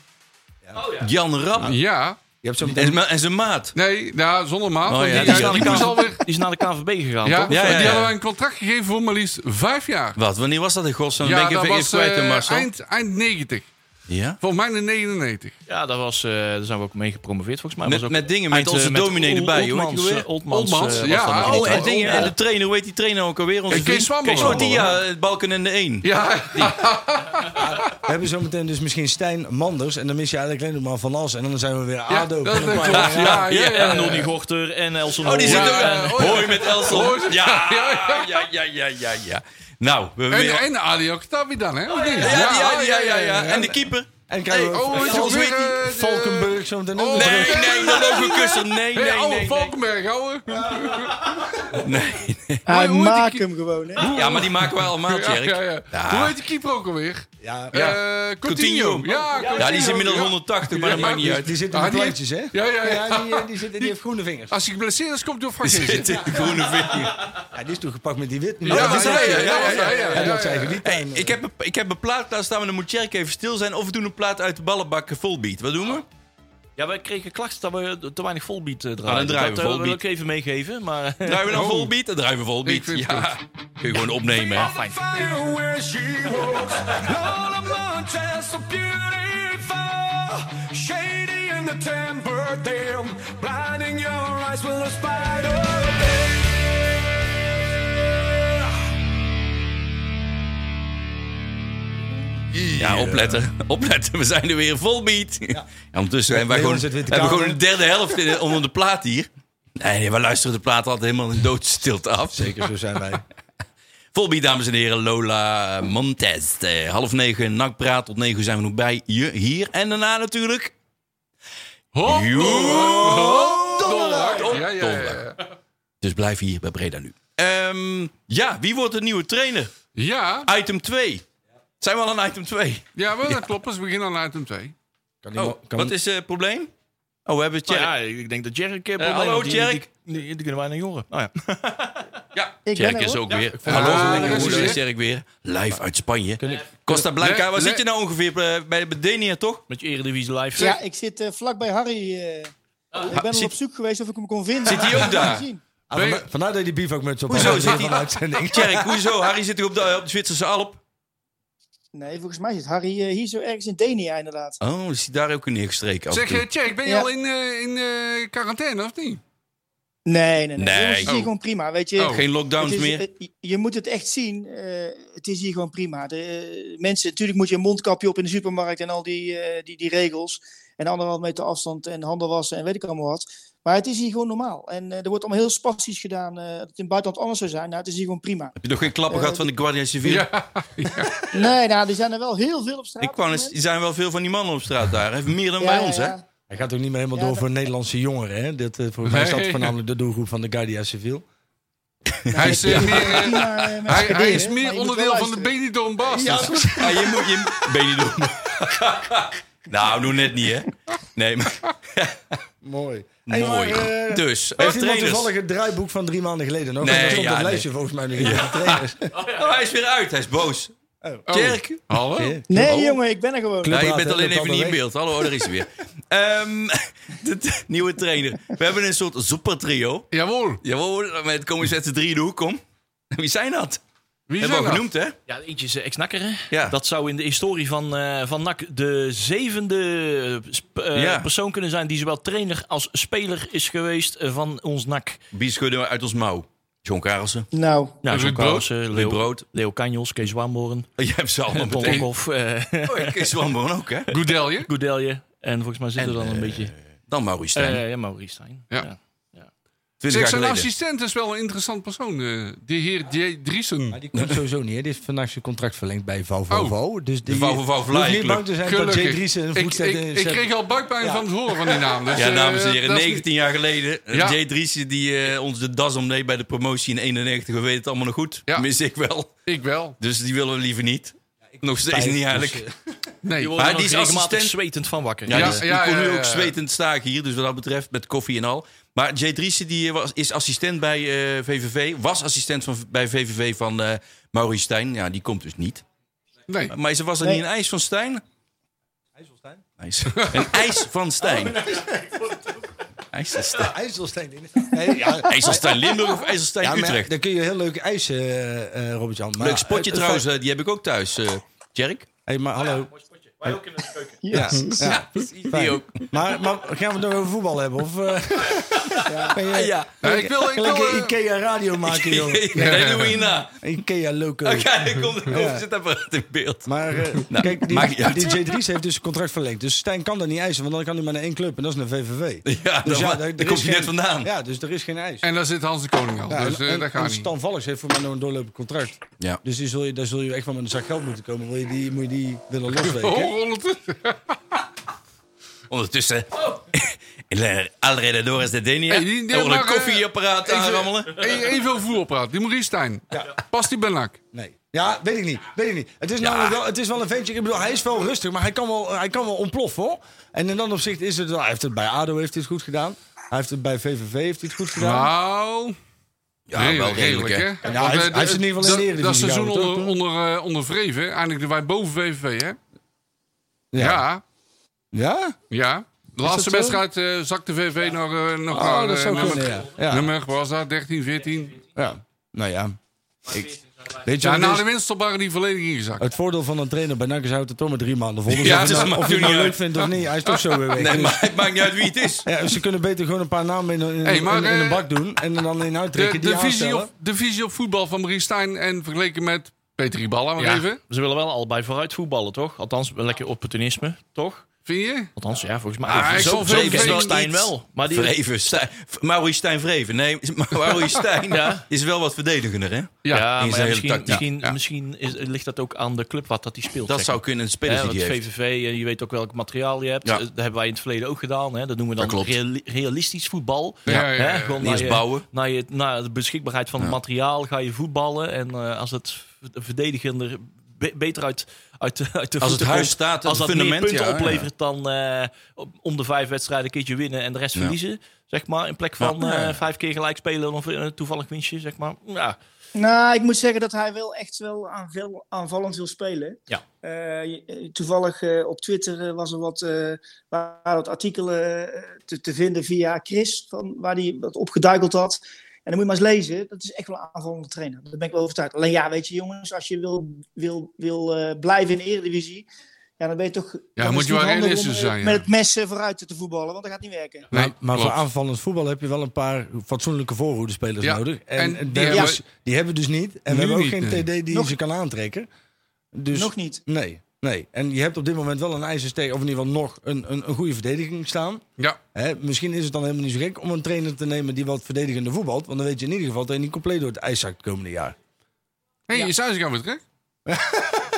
S3: Jan Rap.
S4: Ja,
S6: Je hebt zo meteen...
S3: En, ma- en zijn maat.
S4: Nee, nou, zonder maat.
S3: Oh
S4: want
S3: ja,
S4: die,
S3: die
S4: die,
S3: staat
S4: die
S3: aan
S4: moest
S3: de
S4: alweer...
S7: Die is naar de KNVB gegaan,
S4: Ja,
S7: toch?
S3: Ja,
S4: ja,
S3: ja,
S4: die
S3: ja.
S4: hadden wij een contract gegeven voor maar liefst vijf jaar.
S3: Wat? Wanneer was dat in godsnaam?
S4: ja,
S3: ben ik
S4: dat
S3: even
S4: was
S3: iets kwijt,
S4: eh,
S3: hè, Marcel.
S4: eind, eind 90.
S3: Ja?
S4: Volgens mij in 99.
S7: Ja, daar, was, eh, daar zijn we ook mee gepromoveerd volgens mij.
S3: Met-
S7: was ook
S3: met dingen,
S7: eind,
S3: met
S7: eh,
S3: onze dominee
S7: Oel-
S3: erbij, hoor.
S7: Oldmans,
S3: Weet je
S7: eh,
S3: hoe-
S7: Oldmans,
S4: Oldmans,
S7: eh, was
S4: ja.
S7: dat nog
S4: Oh,
S7: niet,
S3: Oh,
S7: hè?
S3: en, dingen, en de trainer, hoe heet die trainer ook alweer? Onze
S4: En Kees
S3: vriend-
S4: Swammer.
S3: Oh, die, ja, het Balken en de 1.
S4: Ja,
S6: We hebben zo meteen dus misschien Stijn Manders. En dan mis je eigenlijk alleen nog maar Van As. En dan zijn we weer
S4: ja,
S6: ADO.
S4: dat
S6: En dan-
S4: klopt. Ja, ja, ja,
S7: Ja,
S4: ja.
S7: en Nonnie Gorter en Elson
S3: Oh, die zit
S4: Ja,
S3: ook.
S4: ja, oh, ja.
S3: Hoi met Elson.
S4: Hoi, ze-
S3: Ja,
S4: ja,
S3: ja, ja, ja, ja, ja, ja. Nou, we weer...
S4: En, Oh, en Ali Oktavi dan, hè? Of niet?
S3: ja, ja, ja, ja, ja. En de keeper?
S6: En krijgen we
S4: Oh, weet je ook
S3: Volgens
S4: weer...
S3: mij
S4: eh, de- Oh,
S6: Valkenburg zo meteen. ook.
S3: Nee, nee, dat loopt een kussen. Nee,
S4: Hey,
S3: nee,
S4: ouwe
S3: nee, nee.
S4: Valkenberg, ouwe.
S3: Nee, nee.
S5: Hij
S4: hoe heet die
S5: maakt
S4: ki-
S5: hem gewoon, hè?
S3: Ja, maar die maken we allemaal,
S4: Ja, ja,
S3: Jerk.
S4: ja. Hoe heet die keeper ook alweer?
S6: Ja,
S4: Eh Coutinho.
S3: Coutinho.
S4: Ja, Coutinho.
S3: Ja, die is inmiddels
S4: Ja.
S3: 180, maar dat
S4: Ja,
S3: maakt niet
S4: die-
S3: uit.
S6: die zit in
S4: Ah,
S6: de
S4: die-
S6: kleintjes, hè?
S4: Ja, ja, ja.
S6: die, eh, die, zit, die heeft groene vingers.
S4: Als hij geblesseerd is, komt hij op van
S3: Die
S4: zitten.
S3: zit in de groene vinger.
S6: Ja, die is toen gepakt met die wit.
S4: Ja,
S3: dat is
S4: ja,
S3: hij,
S4: ja,
S3: hè?
S4: ja,
S3: Ja,
S4: ja, ja, ja,
S6: En
S4: ja,
S6: dat zijn we
S4: ja.
S6: niet.
S3: Hey, ik, heb een, ik heb een plaat laten staan, maar dan moet Jerk even stil zijn. Of we doen een plaat uit de ballenbak eh, fullbeat. Wat doen we?
S7: Ja, wij kregen klachten dat we te weinig volbeat eh, draaien.
S3: Ah, dan draaien we
S7: dat eh, wil
S3: volbeat.
S7: ik even meegeven, maar...
S3: Draaien we dan fullbeat? Dan draaien we fullbeat.
S4: Ik vind het
S3: Ja, kun je gewoon opnemen. hè.
S7: fijn.
S3: Ja, opletten. Opletten, we zijn er weer vol beat. En ondertussen zijn wij
S6: Leon
S3: gewoon,
S6: zit weer te
S3: hebben we gewoon
S6: kauwen.
S3: de derde helft in- onder de plaat hier. Nee, nee, wij luisteren de plaat altijd helemaal in doodstilte af.
S6: Zeker, zo zijn wij.
S4: Ah,
S3: Vol beat, dames en heren. Lola Montez. Eh, half negen, nakpraat. Tot negen zijn we nog bij je hier. En daarna natuurlijk...
S4: Hop,
S3: Joe.
S4: dollar.
S3: Hop,
S4: Ja, ja, ja, ja.
S3: Dus blijf hier bij Breda nu. Ehm, ja, wie wordt de nieuwe trainer?
S4: Ja,
S3: Item 2. Zijn we al aan item 2?
S4: ja, wel, dat klopt. Dus we beginnen aan item 2.
S6: Kan
S3: Oh,
S6: iemand- kan-
S3: wat is eh, het probleem? Oh, we hebben het.
S7: Nou ja, ik denk dat Jerk... eh,
S3: Eh,
S7: probleem-
S3: hallo,
S7: die-
S3: Jerk.
S7: Die, die- die kunnen wij naar jongeren. Oh ja.
S3: Ja,
S5: ben
S3: Tjerk
S5: er,
S3: is
S5: hoor.
S3: ook weer.
S4: het
S3: Hallo,
S4: wel
S3: ah,
S4: lekker.
S3: lekker
S4: Hoe
S3: moeder
S4: is
S3: is
S4: het?
S3: Tjerk weer. Live uit Spanje. Costa Blanca, waar
S4: Le-
S3: zit je nou ongeveer? Eh, Bij Bedenia, toch?
S7: Met je Eredivisie live.
S5: Ja, ik zit eh, vlak bij Harry. eh. ik ben al
S3: zit-
S5: op zoek geweest of ik hem kon vinden.
S3: Zit hij ook
S5: Ik heb hem
S3: daar?
S5: gezien.
S6: Ah,
S4: Ben je-
S6: vandaar- Vandaar dat je die bief ook met zo'n
S3: Hoezo zit hij-
S6: uitzending.
S3: Tjerk, hoezo? Harry zit toch op de, op de Zwitserse Alp?
S5: Nee, volgens mij zit Harry eh, hier zo ergens in Denia inderdaad.
S3: Oh, is hij daar ook neergestreken? Oh, af en
S4: Zeg,
S3: toe?
S4: eh, Tjerk, ben je
S5: Ja.
S4: al in, eh, in eh, quarantaine of niet?
S5: Nee, nee, nee.
S3: Nee.
S5: Jongens, het is hier
S4: Oh.
S5: gewoon prima. Weet je,
S4: Oh.
S3: Geen
S5: Het
S3: lockdowns
S5: is,
S3: meer?
S5: eh, je moet het echt zien. eh, het is hier gewoon prima. De, eh, mensen, natuurlijk moet je een mondkapje op in de supermarkt en al die, eh, die, die regels. En anderhalf meter afstand en handen wassen en weet ik allemaal wat. Maar het is hier gewoon normaal. En eh, er wordt allemaal heel spastisch gedaan. eh, dat het in het buitenland anders zou zijn. Nou, het is hier gewoon prima.
S3: Heb je nog geen klappen
S5: Eh,
S3: gehad van de Guardia Civil?
S4: Ja.
S5: Nee, nou, er zijn er wel heel veel op straat.
S3: Ik kwam eens, er zijn wel veel van die mannen op straat daar. Even meer dan bij ons, hè?
S6: Hij gaat ook niet meer helemaal
S5: Ja,
S6: door
S5: dat-
S6: voor Nederlandse jongeren. Hè? Dat, eh, voor mij is dat
S4: Nee.
S6: voornamelijk de doelgroep van de Guardia Civil.
S4: Hij is, eh, meer, eh, Hij, hij is meer
S5: meer
S4: onderdeel van de Benidorm Bastards.
S3: Ja, je moet je ben je doen. nou, doe net niet, hè? Nee, maar...
S6: Mooi.
S3: Mooi. Dus, eh,
S6: Heeft iemand
S3: trainers.
S6: toevallig het draaiboek van drie maanden geleden nog?
S3: Nee,
S6: Nee, dat stond
S3: ja,
S6: op het
S3: nee.
S6: lijstje volgens mij nu. Ja. Trainers.
S3: Oh, hij is weer uit. Hij is boos.
S4: Oh.
S3: Tjerk,
S4: Hallo?
S5: Nee,
S4: Oh.
S5: jongen, ik ben er gewoon.
S6: Club-
S3: Ja, je
S6: Praat,
S3: bent
S6: hè,
S3: alleen
S6: dat
S3: even
S6: kan
S3: niet in
S6: wel
S3: beeld. Hallo, oh, daar is hij weer. Ehm, de t- nieuwe trainer. We hebben een soort supertrio.
S4: Jawohl.
S3: Jawel, met komen zetten drie in de hoek, kom. Wie zijn dat?
S4: Wie
S3: Hebben
S4: zijn
S3: we
S4: dat?
S3: al genoemd, hè?
S7: Ja, eentje eh, ex nakkeren
S3: Ja.
S7: Dat zou in de historie van, eh, van NAC de zevende eh, sp- eh,
S3: Ja.
S7: persoon kunnen zijn... die zowel trainer als speler is geweest eh, van ons NAC.
S3: Wie schudden we uit ons mouw? John Karelsen.
S5: Nou,
S7: Nou,
S4: Ruud
S7: John
S4: Brood.
S7: Carlsen,
S3: Leo
S7: Leo,
S3: Brood.
S7: Leo Canjos, Kees Waanboren,
S3: Je hebt ze allemaal
S7: Tom
S3: meteen.
S7: Lokhoff, eh
S3: Oh, ik is Wamboon ook, hè?
S4: Goedelje.
S7: Goudelje. En volgens mij zitten
S3: En,
S7: er dan een
S3: eh,
S7: beetje...
S3: Dan Maurice Stijn.
S7: eh, ja, Maurice Stijn.
S4: Ja.
S3: Twintig
S4: Zeg,
S3: jaar
S4: zijn
S3: geleden.
S4: assistent is wel een interessant persoon. eh, die heer D. Driesen.
S6: Maar die komt sowieso niet. hè. Die heeft vannacht zijn contract verlengd bij VVV. dus die,
S3: Oh. De VVV
S6: je hoeft niet
S3: Vlaaienclub.
S6: bang te zijn dat Jay
S4: Gelukkig.
S6: Driessen een eh,
S4: Ik,
S6: voetzet
S4: ik, ik kreeg al buikpijn van het horen van die naam. Dus,
S3: Ja,
S4: eh,
S3: dames en
S4: dat
S3: heren,
S4: is niet-
S3: 19 jaar geleden. eh,
S4: Ja.
S3: Jay Driessen die eh, ons de das omneemt bij de promotie in 91. We weten het allemaal nog goed.
S4: Ja.
S3: Mis ik wel.
S4: Ik wel.
S3: Dus die willen we liever niet. Nog steeds niet eigenlijk.
S4: Nee.
S3: Maar
S7: Maar
S3: die
S7: die
S3: is
S7: is regelmatig
S3: assistent-
S7: zwetend van wakker.
S3: Ja,
S4: Ja,
S3: die, die
S4: ja,
S3: kon
S4: ja,
S3: nu
S4: ja,
S3: ook
S4: ja.
S3: zwetend staken hier, dus wat dat betreft, met koffie en al. Maar Jay Driessen die eh, was, is assistent bij eh, VVV, was assistent van, bij VVV van eh Maurice Stijn. Ja, die komt dus niet.
S4: nee.
S3: Maar ze was er
S5: Nee.
S3: niet een ijs van Stijn?
S6: Hij
S3: IJs. Een ijs van Stijn. IJsselstein.
S6: IJsselstein. inderdaad. Nee, ja,
S3: IJsselstein Limburg of IJsselstein
S6: ja, maar
S3: Utrecht?
S6: Dan kun je heel leuk ijs, eh, eh, Robert-Jan. Maar-
S3: Leuk spotje
S6: eh,
S3: trouwens, eh, die heb ik ook thuis. eh Jerk?
S6: Hey, maar hallo.
S7: Wij ook in de keuken.
S6: Ja, ja.
S3: Die ook.
S6: Maar, maar gaan we het nog over voetbal hebben? Of, eh Ben je-
S3: Ah, Ja.
S4: Nee, ik wil, ik wil,
S6: Lekker
S4: eh,
S6: Ikea radio maken, jongen.
S3: Nee, doen we hierna.
S6: Ikea loco.
S3: Kijk, komt er over zit apparaat in beeld.
S6: Maar eh, kijk,
S3: Nou, maakt niet
S6: die,
S3: uit.
S6: DJ Dries heeft dus zijn contract verlengd. Dus Stijn kan dat niet eisen, want dan kan hij maar naar één club. En dat is naar VVV.
S3: Ja,
S6: Dus
S3: dan-
S6: ja,
S3: daar
S6: er is
S3: komt hij net
S6: geen-
S3: vandaan.
S6: Ja, dus er is geen ijs.
S4: En daar zit Hans de Koning al.
S6: Ja,
S4: dus eh,
S6: en-
S4: dat
S6: en
S4: gaat niet.
S6: Stan Valks heeft voor mij nog een doorlopend contract.
S3: Ja.
S6: Dus die zul je, daar zul je echt wel met een zak geld moeten komen. Wil je die, moet je die willen losweken.
S4: Oh, ondertussen.
S3: Ondertussen. Oh. Alrede Doris de Denia.
S4: Hey, die- die
S3: Er wordt een
S4: mag, eh,
S3: koffieapparaat
S4: even-
S3: aanrammelen.
S4: Hey, Even over voetbal praten. Die Maurice Stijn. Past die bij NAC?
S6: Nee. Ja, weet ik niet. Weet ik niet. Het is, namelijk wel, het is wel een ventje. Ik bedoel, hij is wel rustig, maar hij kan wel, hij kan wel ontploffen hoor. En in dat opzicht is het wel. Hij heeft het bij ADO heeft hij het goed gedaan. Hij heeft het bij VVV heeft hij het goed gedaan.
S4: Nou...
S3: Ja, wel redelijk, hè?
S6: Ja, hij heeft- hij heeft in ieder geval in de
S4: eh, dat, dat
S6: Eredivisie
S4: seizoen
S6: gehouden,
S4: onder, onder, eh, onder Vreven eindigden wij boven VVV, hè?
S6: Ja.
S4: Ja,
S6: Ja?
S4: ja. De laatste
S6: zo?
S4: wedstrijd eh, zakte VV nog, eh, nog
S6: Oh,
S4: naar
S6: dat
S4: eh,
S6: zou
S4: nummer,
S6: kunnen, ja. Ja.
S4: nummer was dat, 13, 14.
S6: Ja. Nou ja. Ik, weet je
S4: Ja, nou,
S6: wat het
S4: na
S6: is?
S4: de winst waren die volledig ingezakt.
S6: Het voordeel van een trainer bij NAC is hij houdt het toch maar drie maanden vol. Dus
S3: Ja,
S6: of je
S3: dus
S6: nou-
S3: dat
S6: of
S3: maakt
S6: je het nou
S3: niet
S6: leuk
S3: uit.
S6: vindt of niet, hij is toch zo weer weg.
S3: Nee, maar het maakt niet uit wie het is.
S6: Ja, ze kunnen beter gewoon een paar namen in, in,
S4: Hey, maar,
S6: in, in een
S4: eh,
S6: bak doen en dan in
S4: De,
S6: uittrekken. die
S4: de, visie
S6: aanstellen.
S4: op, de visie op voetbal van Maurice Stijn en vergeleken met Peter Riballa, maar even.
S7: Ze willen wel allebei vooruit voetballen, toch? Althans, wel lekker opportunisme, toch?
S4: Vind je?
S7: Althans, ja, volgens mij.
S4: Ah, ik
S7: zo
S4: vond
S7: zo
S4: Vreven
S7: ken ik
S4: wel
S7: Stijn
S3: iets
S7: wel. Maar die,
S3: Vreven. Stijn, Maurice Stijn Vreven. Nee, Maurice Stijn
S7: Ja.
S3: is wel wat verdedigender, hè?
S7: ja,
S4: Ja.
S3: in
S7: maar
S3: zijn
S7: ja,
S3: hele
S7: misschien,
S3: tactiek.
S7: misschien,
S4: Ja.
S7: misschien is, ligt dat ook aan de club wat dat die speelt.
S3: Dat
S7: zeg
S3: zou
S7: maar.
S3: kunnen, een
S7: Hè,
S3: speler
S7: want
S3: die hij heeft.
S7: VVV, eh, je weet ook welk materiaal je hebt.
S3: Ja.
S7: Eh, Dat hebben wij in het verleden ook gedaan. Hè. Dat noemen we
S3: Dat
S7: dan
S3: klopt.
S7: reali- realistisch voetbal.
S4: Ja, ja, ja.
S7: Hè, gewoon
S3: Eerst
S7: naar je-
S3: bouwen.
S7: Naar, je, naar de beschikbaarheid van het materiaal ga je voetballen. En eh, als het v- verdedigender be- beter uit, uit, de- uit de
S3: Als het
S7: voeten
S3: huis
S7: komt,
S3: staat, het
S7: als dat meer
S3: fundament,
S7: punten
S3: ja, ja.
S7: oplevert dan eh, op- om de vijf wedstrijden een keertje winnen en de rest
S3: Ja.
S7: verliezen. Zeg maar, in plek van
S3: Ja, ja, ja.
S7: eh, vijf keer gelijk spelen of eh, toevallig winstje. Zeg maar. ja.
S5: Nou, ik moet zeggen dat hij wel echt wel aanval- aanvallend wil spelen.
S7: Ja.
S5: Eh, je- eh, toevallig eh, op Twitter eh, was er wat, eh, waren wat artikelen eh, te, te vinden via Chris, van, waar hij wat opgeduikeld had. En dan moet je maar eens lezen, dat is echt wel een aanvallende trainer. Daar ben ik wel overtuigd. Alleen ja, weet je jongens, als je wil, wil, wil eh, blijven in de Eredivisie, ja, dan ben je toch... dan is
S4: moet
S5: het
S4: je
S5: niet
S4: wel
S5: handig om,
S4: realistisch
S5: eh,
S4: zijn, ja.
S5: Met het mes eh, vooruit te voetballen, want dat gaat niet werken.
S4: Nee,
S6: maar maar voor
S4: klopt.
S6: aanvallend voetbal heb je wel een paar fatsoenlijke voorhoedespelers
S4: Ja,
S6: nodig.
S4: en
S6: En,
S4: die
S6: die, hebben
S4: hebben
S6: dus, die hebben we dus niet. En
S4: Nu
S6: we hebben ook
S4: niet,
S6: geen
S4: nee.
S6: TD die
S5: Nog-
S6: ze kan aantrekken. Dus
S5: Nog niet.
S6: nee, nee. En je hebt op dit moment wel een ijzersteek, of in ieder geval nog een, een, een goede verdediging staan.
S4: Ja.
S6: Hè, misschien is het dan helemaal niet zo gek om een trainer te nemen die wat verdedigende voetbalt. Want dan weet je in ieder geval dat je niet compleet door het ijs zakt het komende jaar.
S4: Hé,
S5: Ja.
S4: je zou ze gaan weer terug.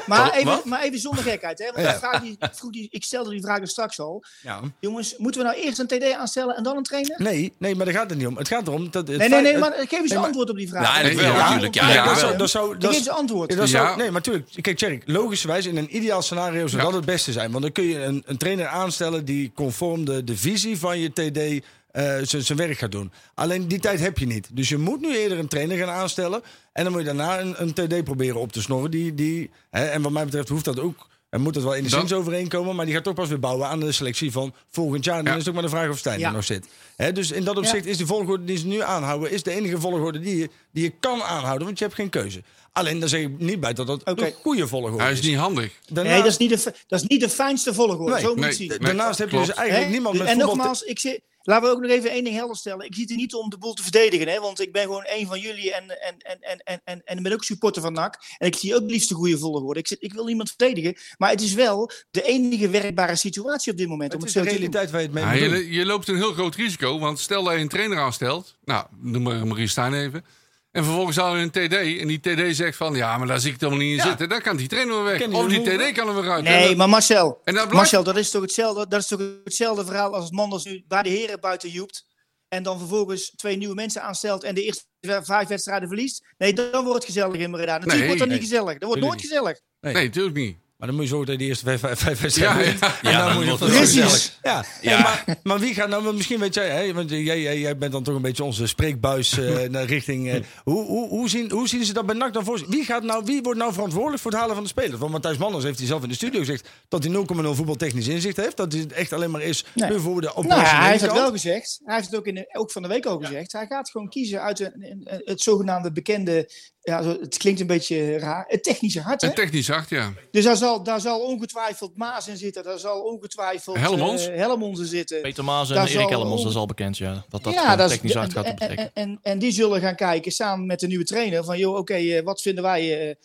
S5: Maar
S3: wat?
S5: even, maar even zonder gekheid, hè? want
S6: Ja.
S5: ik, vraag die, ik vroeg die, ik stelde die vraag er straks al.
S6: Ja.
S5: Jongens, moeten we nou eerst een TD aanstellen en dan een trainer?
S6: Nee, nee, maar daar gaat het niet om. Het gaat erom dat.
S5: Nee,
S6: Het
S5: nee,
S6: feit-
S5: nee,
S6: het-
S5: maar geef eens
S6: maar-
S5: antwoord op die vraag.
S3: Ja, eigenlijk wel,
S4: Ja.
S3: natuurlijk. Ja,
S5: Ja,
S6: Ja,
S3: ja,
S6: dat
S3: wel.
S6: zou, dat zou,
S5: Dan
S6: dat
S5: geef eens antwoord.
S6: Ja, dat zou-
S4: Ja.
S6: nee, maar tuurlijk. Kijk, Tjerk, logischerwijs in een ideaal scenario zou
S4: Ja.
S6: dat het beste zijn. Want dan kun je een, een trainer aanstellen die conform de, de visie van je TD eh, zijn zijn werk gaat doen. Alleen die tijd heb je niet. Dus je moet nu eerder een trainer gaan aanstellen. En dan moet je daarna een, een TD proberen op te snorren. Die, die, hè, en wat mij betreft hoeft dat ook. En moet dat wel enigszins
S4: Dat-
S6: overeenkomen. Maar die gaat toch pas weer bouwen aan de selectie van volgend jaar. En dan
S4: Ja.
S6: is het ook maar de vraag of Stijn
S5: Ja.
S6: er nog zit. Hè, dus in dat opzicht is de volgorde die ze nu aanhouden... is de enige volgorde die je, die je kan aanhouden. Want je hebt geen keuze. Alleen daar zeg ik niet bij dat dat
S5: Oké.
S6: de goede volgorde
S4: Hij
S6: Oh, is.
S4: is niet handig.
S6: Daarnaast,
S5: Nee, dat is niet de, fi- dat is niet de fijnste volgorde.
S6: Nee,
S5: zo moet je
S4: nee,
S5: het zien.
S4: nee,
S6: daarnaast heb je dus
S4: klopt.
S6: eigenlijk
S5: Hè?
S6: niemand met
S5: en
S6: voetbal... te-
S5: nogmaals, ik zit, laten we ook nog even één ding helder stellen. Ik zit er niet om de boel te verdedigen, hè, want ik ben gewoon één van jullie en, en, en, en, en, en, en ben ook supporter van NAC. En ik zie ook liefst de goede volgorde. Ik, zit, ik wil niemand verdedigen, maar het is wel de enige werkbare situatie op dit moment.
S6: Het
S5: om
S6: is
S5: het
S6: de
S5: zo te doen.
S6: realiteit waar je het mee
S4: Ja,
S6: moet doen.
S4: je, je loopt een heel groot risico, want stel dat je een trainer aanstelt, nou, noem maar Marie Stijn even, en vervolgens haal je een TD en die TD zegt van, ja, maar daar zie ik het helemaal niet in zitten, dan kan die trainer weer weg.
S6: Kan die
S4: Of die
S6: vermoeien.
S4: TD kan er weer uit. En
S5: Nee,
S4: dat-
S5: maar Marcel,
S4: en dat blijft
S5: Marcel, dat is toch hetzelfde, dat is toch hetzelfde verhaal als het Manders nu bij de heren buiten joept. En dan vervolgens twee nieuwe mensen aanstelt en de eerste we- vijf wedstrijden verliest. Nee, dan wordt het gezellig in Merida. Natuurlijk
S4: Nee,
S5: wordt dat
S4: nee.
S5: niet gezellig. Dat wordt nooit gezellig.
S4: Nee, natuurlijk niet.
S6: Maar dan moet je zorgen dat je de eerste vijf- vijf vijf wedstrijden
S4: Ja,
S6: wint.
S4: ja.
S6: En
S3: Ja,
S6: dan
S3: dan
S6: moet je
S3: wordt
S6: van-
S3: het
S5: Precies.
S3: gezellig.
S6: Ja,
S3: Ja.
S6: Nee, maar, maar wie gaat nou... want Misschien weet jij, hè, want jij, jij, jij bent dan toch een beetje onze spreekbuis eh, naar richting... eh, hoe, hoe, hoe, zien, hoe zien ze dat bij NAC dan voor zich? Wie, gaat nou, wie wordt nou verantwoordelijk voor het halen van de spelers? Want Matthijs Manners heeft hij zelf in de studio gezegd... dat hij 0,0 voetbaltechnisch inzicht heeft. Dat hij het echt alleen maar is
S5: Nee.
S6: puur voor de
S5: Nou,
S6: operationele
S5: hij heeft het
S6: kant.
S5: wel gezegd. Hij heeft het ook, in de, ook van de week al gezegd. Hij gaat gewoon kiezen uit een, een- het zogenaamde bekende. Ja, zo- het klinkt een beetje raar. Het technische hart. Hè?
S4: En technisch hard, ja.
S5: dus daar zal, daar zal ongetwijfeld Maas in zitten. Daar zal ongetwijfeld
S4: Helmons?
S5: eh, Helmons in zitten.
S7: Peter Maas en
S5: Daar
S7: Erik
S5: zal-
S7: Ellemans, dat is al bekend, ja. Dat dat
S5: ja, eh,
S7: gewoon
S5: dat is-
S7: technisch uit gaat
S5: en,
S7: betrekken.
S5: en, en, en die zullen gaan kijken samen met de nieuwe trainer. Van joh, oké, eh, wat vinden wij. eh,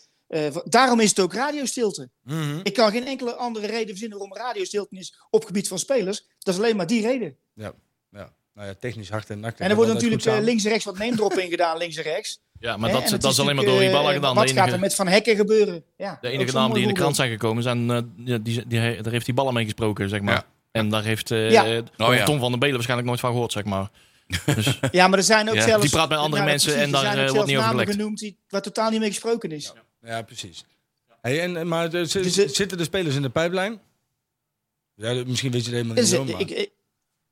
S5: eh, wa- daarom is het ook radiostilte.
S6: Mhm.
S7: Hm.
S5: Ik kan geen enkele andere reden verzinnen waarom er radiostilte is op het gebied van spelers. Dat is alleen maar die reden.
S6: Ja. Nou ja, technisch hard en NAC.
S5: En er wordt natuurlijk eh, links en rechts wat name drop in gedaan, links en rechts.
S7: ja, maar
S5: Hè,
S7: dat,
S5: eh, en
S7: dat,
S5: het
S7: is alleen maar door
S5: natuurlijk,
S7: Hiballa
S5: eh,
S7: gedaan.
S5: Wat
S7: de
S5: gaat
S7: enige,
S5: er met Van Hekken gebeuren? Ja,
S7: de
S5: ook
S7: enige
S5: zo'n
S7: naam
S5: mooi
S7: die in de
S5: voorbeeld.
S7: krant zijn gekomen, zijn, eh, ja, die, die, daar heeft Hiballa mee gesproken, zeg maar.
S4: Ja.
S7: En daar heeft eh,
S5: Ja.
S7: eh,
S3: Oh, ja.
S7: Tom van den Belen waarschijnlijk nooit van gehoord, zeg maar. Dus,
S5: Ja, maar er zijn ook
S7: Ja,
S5: zelfs...
S7: die praat met andere
S5: nou,
S7: mensen
S5: precies,
S7: en
S5: er
S7: daar,
S5: zijn ook
S7: eh, wordt
S5: zelfs
S7: niet over
S5: namen
S7: gelekt.
S5: genoemd die, waar totaal niet mee gesproken is.
S6: Ja, precies. Hey, en, en- maar eh, zit-
S5: Dus, eh,
S6: zitten de spelers in de pijplijn? Ja, dat- misschien weet je het helemaal niet
S5: Dus, eh,
S6: zo, maar-
S5: ik, ik-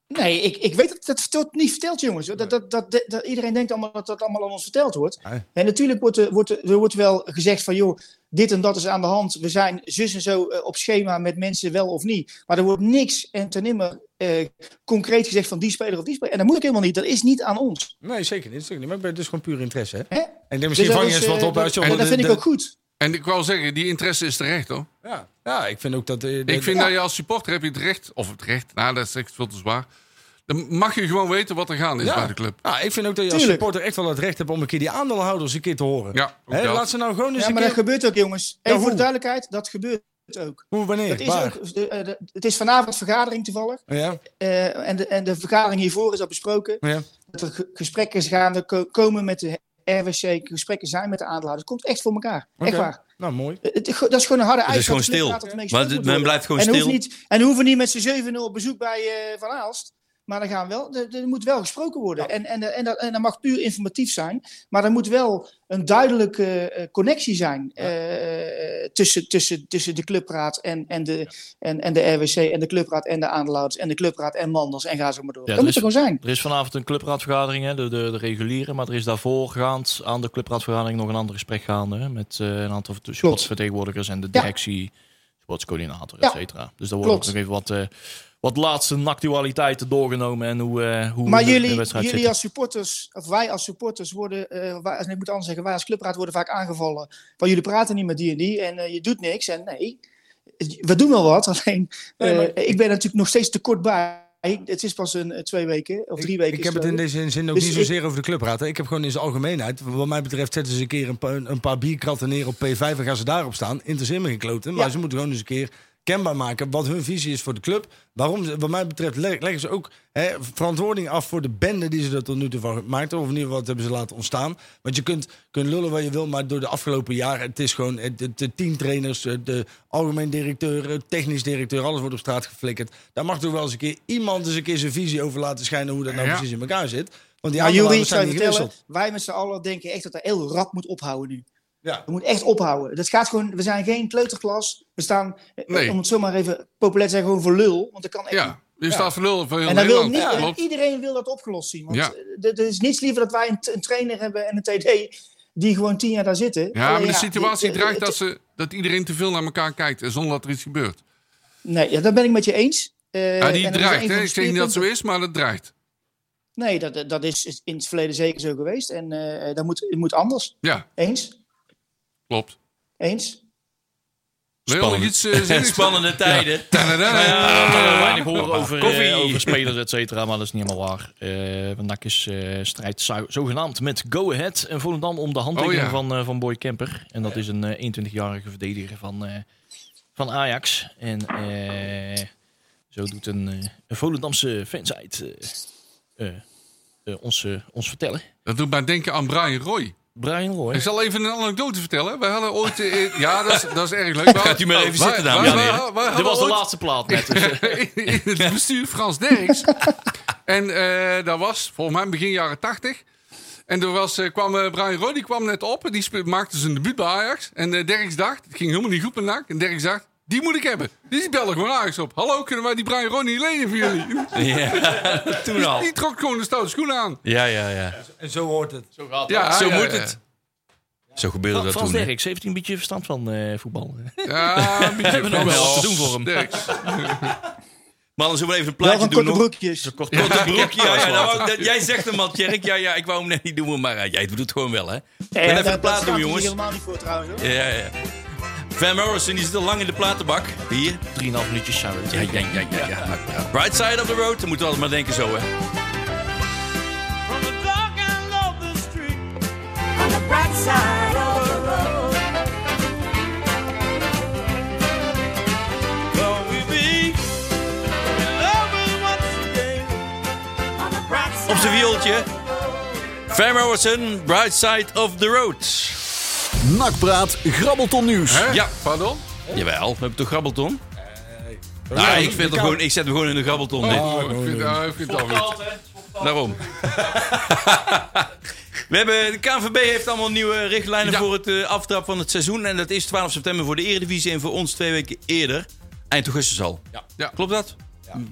S5: nee, ik, ik weet dat dat wordt niet verteld, jongens. Dat, dat, dat, dat- dat- iedereen denkt allemaal dat dat allemaal aan ons verteld wordt.
S6: Nee.
S5: En natuurlijk wordt, er- wordt, er- er wordt wel gezegd van... joh, dit en dat is aan de hand. We zijn zus en zo eh, op schema met mensen wel of niet. Maar er wordt niks en ten nimmer eh, concreet gezegd van die speler of die speler. En dat moet ik helemaal niet. Dat is niet aan ons.
S6: Nee, zeker niet. Zeker niet. Maar het is gewoon puur interesse, hè?
S5: Hè?
S6: En ik denk, misschien
S5: Dus
S6: vang je
S5: dat
S6: eens
S5: is,
S6: wat
S5: eh,
S6: op uit je
S5: dat,
S6: onder
S5: dat
S6: de-
S5: vind ik
S6: de-
S5: ook goed.
S4: En ik wou zeggen, die interesse is terecht, hoor.
S6: Ja. ja, ik vind ook dat... eh, dat-
S4: Ik vind
S5: Ja.
S4: dat je als supporter heb je het recht, of het recht, nou dat is echt veel te zwaar. Dan mag je gewoon weten wat er gaande is
S6: Ja.
S4: bij de club.
S6: Ja, ik vind ook dat je als
S5: Tuurlijk.
S6: supporter echt wel het recht hebt om een keer die aandeelhouders een keer te horen.
S4: Ja, ook
S6: Hè,
S4: dat.
S6: laat ze nou gewoon eens
S5: Ja,
S6: een
S5: maar
S6: keer...
S5: dat gebeurt ook, jongens. Even
S6: hoe?
S5: voor de duidelijkheid, dat gebeurt ook.
S6: Hoe, wanneer?
S5: Dat is
S6: waar?
S5: ook de- eh, de- het is vanavond vergadering toevallig.
S6: Ja,
S5: Eh, en, de, en de vergadering hiervoor is al besproken.
S6: ja.
S5: Dat er ge- gesprekken gaande ko- komen met de RWC. Gesprekken zijn met de aandeelhouders. Het komt echt voor elkaar.
S6: Oké.
S5: Echt waar.
S6: Nou, mooi.
S5: Het- het- dat is gewoon een harde
S3: Het
S5: eis.
S3: is gewoon
S5: dat de club
S3: stil.
S5: laat dat mee gespeeld
S3: Want
S5: moet
S3: men
S5: worden.
S3: blijft gewoon
S5: En dan hoeft
S3: stil.
S5: niet, en dan hoeven niet met z'n 7-0 op bezoek bij eh, Van Aalst. Maar dan gaan wel, er, er moet wel gesproken worden. En, en, en, dat, en dat mag puur informatief zijn. Maar er moet wel een duidelijke eh, connectie zijn. eh, tussen, tussen, tussen de clubraad en, en, de, en, en de RWC. En de clubraad en de aandeelhouders. En de clubraad en Manders. En ga zo maar door.
S7: Ja,
S5: dat moet
S7: er
S5: er gewoon zijn.
S7: er is vanavond een clubraadvergadering, hè, de, de, de reguliere. Maar er is daarvoor gaand aan de clubraadvergadering nog een ander gesprek gaande. Hè, met eh, een aantal vert- sportsvertegenwoordigers en de
S5: Ja.
S7: directie, sportscoördinator,
S5: Ja.
S7: et cetera. Dus daar worden ook
S5: Klopt.
S7: nog even wat, eh, wat laatste actualiteiten doorgenomen. En hoe, eh, hoe
S5: Maar
S7: de- de
S5: jullie,
S7: wedstrijd zit.
S5: jullie als supporters, of wij als supporters worden, eh, wij- nee, ik moet anders zeggen, wij als clubraad worden vaak aangevallen. Van jullie praten niet met die en die en eh, je doet niks. En nee, we doen wel wat, alleen
S6: Nee,
S5: eh,
S6: maar-
S5: ik ben natuurlijk nog steeds te kort bij. Het is pas een, eh, twee weken of drie
S6: Ik-
S5: weken.
S6: Ik heb
S5: is
S6: het in deze zin ook
S5: Dus
S6: niet
S5: ik-
S6: zozeer over de club praten. Ik heb gewoon in zijn algemeenheid. Wat mij betreft zetten ze een keer een paar, een paar bierkratten neer op P5 en gaan ze daarop staan. Interesseer me geen kloten. Maar
S5: Ja.
S6: ze moeten gewoon eens een keer kenbaar maken wat hun visie is voor de club. Waarom, ze- wat mij betreft, le- leggen ze ook hè, verantwoording af voor de bende die ze er tot nu toe van gemaakt hebben. Of in ieder geval, wat hebben ze laten ontstaan. Want je kunt, kunt lullen wat je wil, maar door de afgelopen jaren... het is gewoon eh, de, de teamtrainers, eh, de algemeen directeur, eh, technisch directeur... alles wordt op straat geflikkerd. Daar mag toch wel eens een keer iemand eens een keer zijn visie over laten schijnen... hoe dat nou
S4: Ja.
S6: precies in elkaar zit. Want die
S5: Maar jullie, ik
S6: aandeelhouders
S5: zou
S6: zijn
S5: je
S6: niet
S5: vertellen,
S6: gewisseld.
S5: wij met z'n allen denken echt dat er heel rap moet ophouden nu.
S6: Ja.
S5: We moeten echt ophouden. Dat gaat gewoon, we zijn geen kleuterklas. We staan, eh,
S4: Nee.
S5: om het zomaar even populair te zeggen, gewoon voor lul. Want dat kan echt niet.
S4: Ja, je staat voor lul voor heel
S5: En dat wil
S4: Nederland.
S5: niet,
S4: Ja,
S5: en
S4: klopt.
S5: iedereen wil dat opgelost zien. Want
S4: Ja.
S5: eh, er er is niets liever dat wij een, t- een trainer hebben en een TD die gewoon tien jaar daar zitten.
S4: Ja,
S5: Alleen
S4: maar de
S5: eh,
S4: situatie
S5: eh,
S4: dreigt dat,
S5: het-
S4: ze, dat iedereen te veel naar elkaar kijkt en zonder dat er iets gebeurt.
S5: Nee, ja, dat ben ik met je eens. Eh,
S4: Ja,
S5: en
S4: die
S5: dat is een
S4: dreigt,
S5: van
S4: hè?
S5: de
S4: Ik zeg niet dat het zo is,
S5: speerpunten.
S4: maar dat dreigt.
S5: Nee, dat, eh, dat is in het verleden zeker zo geweest. En eh, dat moet, het moet anders.
S4: Ja,
S5: Eens?
S4: klopt.
S5: Eens?
S4: Leon,
S3: Spannend.
S4: iets eh, zinnigs?
S3: Spannende tijden.
S4: Tadada.
S7: Ja, we weinig horen over, eh,
S3: Koffie.
S7: over spelers, et cetera. Maar dat is niet helemaal waar. Eh want NAC is eh, strijd zo- zogenaamd met Go Ahead en Volendam om de handtekening
S4: Oh, ja.
S7: van, eh, van Boy Kemper. En dat is een eh, 21-jarige verdediger van, eh, van Ajax. En eh, zo doet een, eh, een Volendamse fansite eh, eh, eh, ons, eh, ons vertellen.
S4: Dat doet mij denken aan Brian Roy.
S7: Brian Roy.
S4: Ik zal even een anekdote vertellen. Wij hadden ooit... eh, ja, dat is, dat is erg leuk. Gaat
S3: u maar even zitten, dames en heren.
S7: Dit was de laatste plaat net. Dus, eh,
S4: in het bestuur Frans Derks. en eh, dat was volgens mij begin jaren tachtig. En er was, eh, kwam, eh, Brian Roy die kwam net op. en Die spe- maakte zijn debuut bij Ajax. En eh, Derks dacht, het ging helemaal niet goed met NAC. En Derks dacht, Die moet ik hebben. Dus die belde gewoon Ajax op. Hallo, kunnen wij die Brian Ronnie lenen voor jullie?
S3: Ja, toen al.
S4: Die trok gewoon de stoute schoenen aan.
S3: Ja, ja, ja.
S6: En zo hoort het.
S7: Zo gaat
S4: Ja,
S3: Zo
S4: ja,
S3: moet
S4: ja.
S3: het. Zo gebeurde dat
S7: Frans
S3: toen. hè.
S7: Derks heeft een beetje verstand van eh, voetbal.
S4: Ja, een beetje
S7: hebben nog wel wat te
S4: Frans
S7: doen voor hem.
S4: Derks.
S3: Mannen, zullen we even een
S5: Wel
S3: plaatje
S5: van
S3: doen
S5: korte
S3: nog?
S5: broekjes.
S7: Kort,
S3: Korte broek, ja, ja, dat wou ik- dat- jij zegt hem al, Tjerk. Ja, ja, ik wou hem net niet doen, maar eh, jij doet het gewoon wel, hè?
S5: Ja,
S3: even
S5: Eh, daar-
S3: een
S5: daar
S3: plaat
S5: staat
S3: doen,
S5: hij
S3: jongens.
S5: helemaal niet voor trouwens. hoor.
S3: Ja, ja. Van Morrison die zit al lang in de platenbak. Hier.
S7: 3,5 minuutjes zijn we.
S3: Ja, ja, ja, ja, ja. Right side of the road, dan moeten we altijd maar denken zo, hè.
S1: From the dark end of the street,
S8: on the bright side of the road.
S1: will we be in love once again?
S8: On the bright side
S3: Op zijn wieltje.
S8: of the road.
S3: Van Morrison, Bright side of the road.
S2: Nakpraat, grabbelton nieuws.
S4: Hè?
S3: Ja.
S4: Pardon?
S3: Jawel, we hebben toch grabbelton? Nou, ik, vind het gewoon, ik zet hem gewoon in de grabbelton. dit.
S4: Oh, ik vind, ah, ik vind het al goed.
S3: Daarom. We hebben, de KNVB heeft allemaal nieuwe richtlijnen
S4: Ja.
S3: voor het eh, aftrap van het seizoen. En dat is 12 september voor de Eredivisie en voor ons twee weken eerder. Eind augustus al.
S4: Ja.
S3: Klopt dat?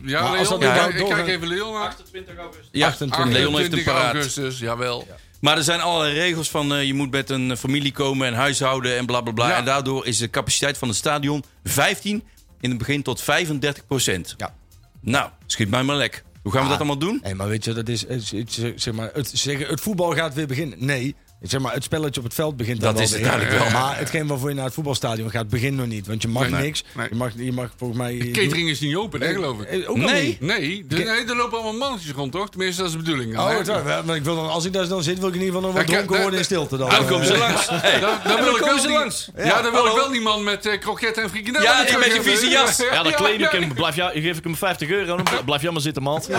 S4: Ja,
S6: Maar als
S4: Leon,
S6: dat
S4: ik-
S6: nou
S4: ik,
S6: doorgaat-
S4: kijk even Leon aan.
S7: 28 augustus.
S3: Ja,
S6: 28.
S3: Leon heeft een
S4: 28
S3: paraat.
S4: augustus, jawel.
S3: Maar er zijn allerlei regels van eh, je moet met een familie komen en huishouden en bla bla bla.
S4: Ja.
S3: En daardoor is de capaciteit van het stadion 15 in het begin tot 35 procent.
S6: Ja. Ah.
S3: Nou, schiet mij maar lek. Hoe gaan we dat allemaal doen?
S6: Nee, maar weet je, dat is, eh, z- z- zeg maar, het, zeggen, het voetbal gaat weer beginnen. Nee, zeg maar, het spelletje op het veld begint dan
S3: Dat is
S6: wel
S3: het
S6: weer.
S3: duidelijk wel.
S6: Maar hetgeen waarvoor je naar het voetbalstadion gaat, begint nog niet. Want je mag
S4: Nee,
S6: niks.
S4: nee.
S6: Je, mag, je mag volgens mij...
S4: De catering is niet open, hè, geloof ik.
S6: Eh, Ook al
S3: Nee.
S6: niet.
S4: Nee, de- nee, er lopen allemaal mannetjes rond, toch? Tenminste, dat is de bedoeling. dan,
S6: Oh,
S4: hè?
S6: het waar. Ja, maar ik wil dan, als ik daar dan zit, wil ik in ieder geval nog
S4: Ja,
S6: wat
S4: kijk,
S6: dronken
S4: daar-
S6: worden in stilte dan.
S3: Dan komen ze
S6: Eh,
S3: langs. Hey.
S4: Dan,
S3: En
S4: dan wil
S3: dan
S4: ik
S3: komen
S4: wel
S3: ze
S4: die,
S3: langs. Oh.
S4: Ja, dan wil ik wel die man met eh kroketten en frikandellen.
S3: Ja,
S4: die
S3: en
S4: terug
S3: met je
S4: hebben.
S3: vieze jas.
S7: Ja, dan kleed ik hem. Blijf, ja, geef ik hem 50 euro en dan blijf jij maar zitten, man. Ja.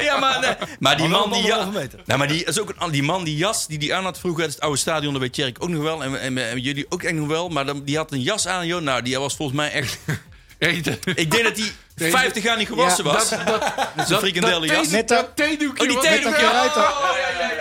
S3: Ja, maar, nee. maar die
S6: Hallo,
S3: man die ja,
S6: anderhalve meter.
S3: nou, maar die, is ook een, die man die jas die die aan had vroeger uit het oude stadion, dat weet Tjerk ook nog wel en, en, en jullie ook echt nog wel. Maar dan, die had een jas aan, joh. Nou, die was volgens mij echt.
S4: Eten.
S3: Ik denk dat die
S4: Deze-
S3: 50 jaar niet gewassen was. Dat, is een frikandellenjas.
S5: Met dat-
S4: dat theedoekje.
S3: Oh, die
S4: wat- Oh,
S3: theedoekje.
S4: met-
S5: Eruit dan.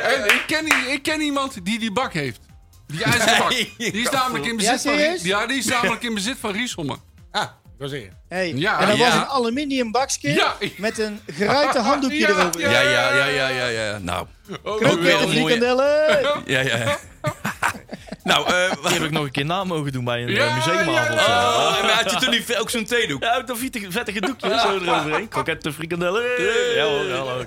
S4: En ik ken, i- ik ken iemand die die bak heeft. Die ijzerbak.
S3: Nee.
S4: Die is namelijk in
S5: Ja,
S4: bezit van, Rie-
S5: serieus?
S4: ja, die is namelijk in bezit van Riesommen.
S6: Ah, ik wou zeggen.
S5: Hey,
S4: Ja,
S5: en dat
S4: ja.
S5: was een aluminium bakje
S4: Ja.
S5: met een geruite handdoekje
S4: Ja,
S5: erover.
S4: ja.
S3: Ja, ja, ja, ja, ja, ja. Nou,
S4: Oh,
S3: Ook wel
S5: Kroketten,
S3: een mooie-
S5: frikandellen.
S3: ja, ja. ja. nou, eh
S7: Die heb ik nog een keer na mogen doen bij een
S4: Ja,
S7: eh, museumavond.
S4: ja, ja.
S3: oh, en had je toen die, ook zo'n theedoek?
S7: Ja, ook dat viete- vettige doekje zo eroverheen. Kroketten, frikandellen. Ja hoor, hallo.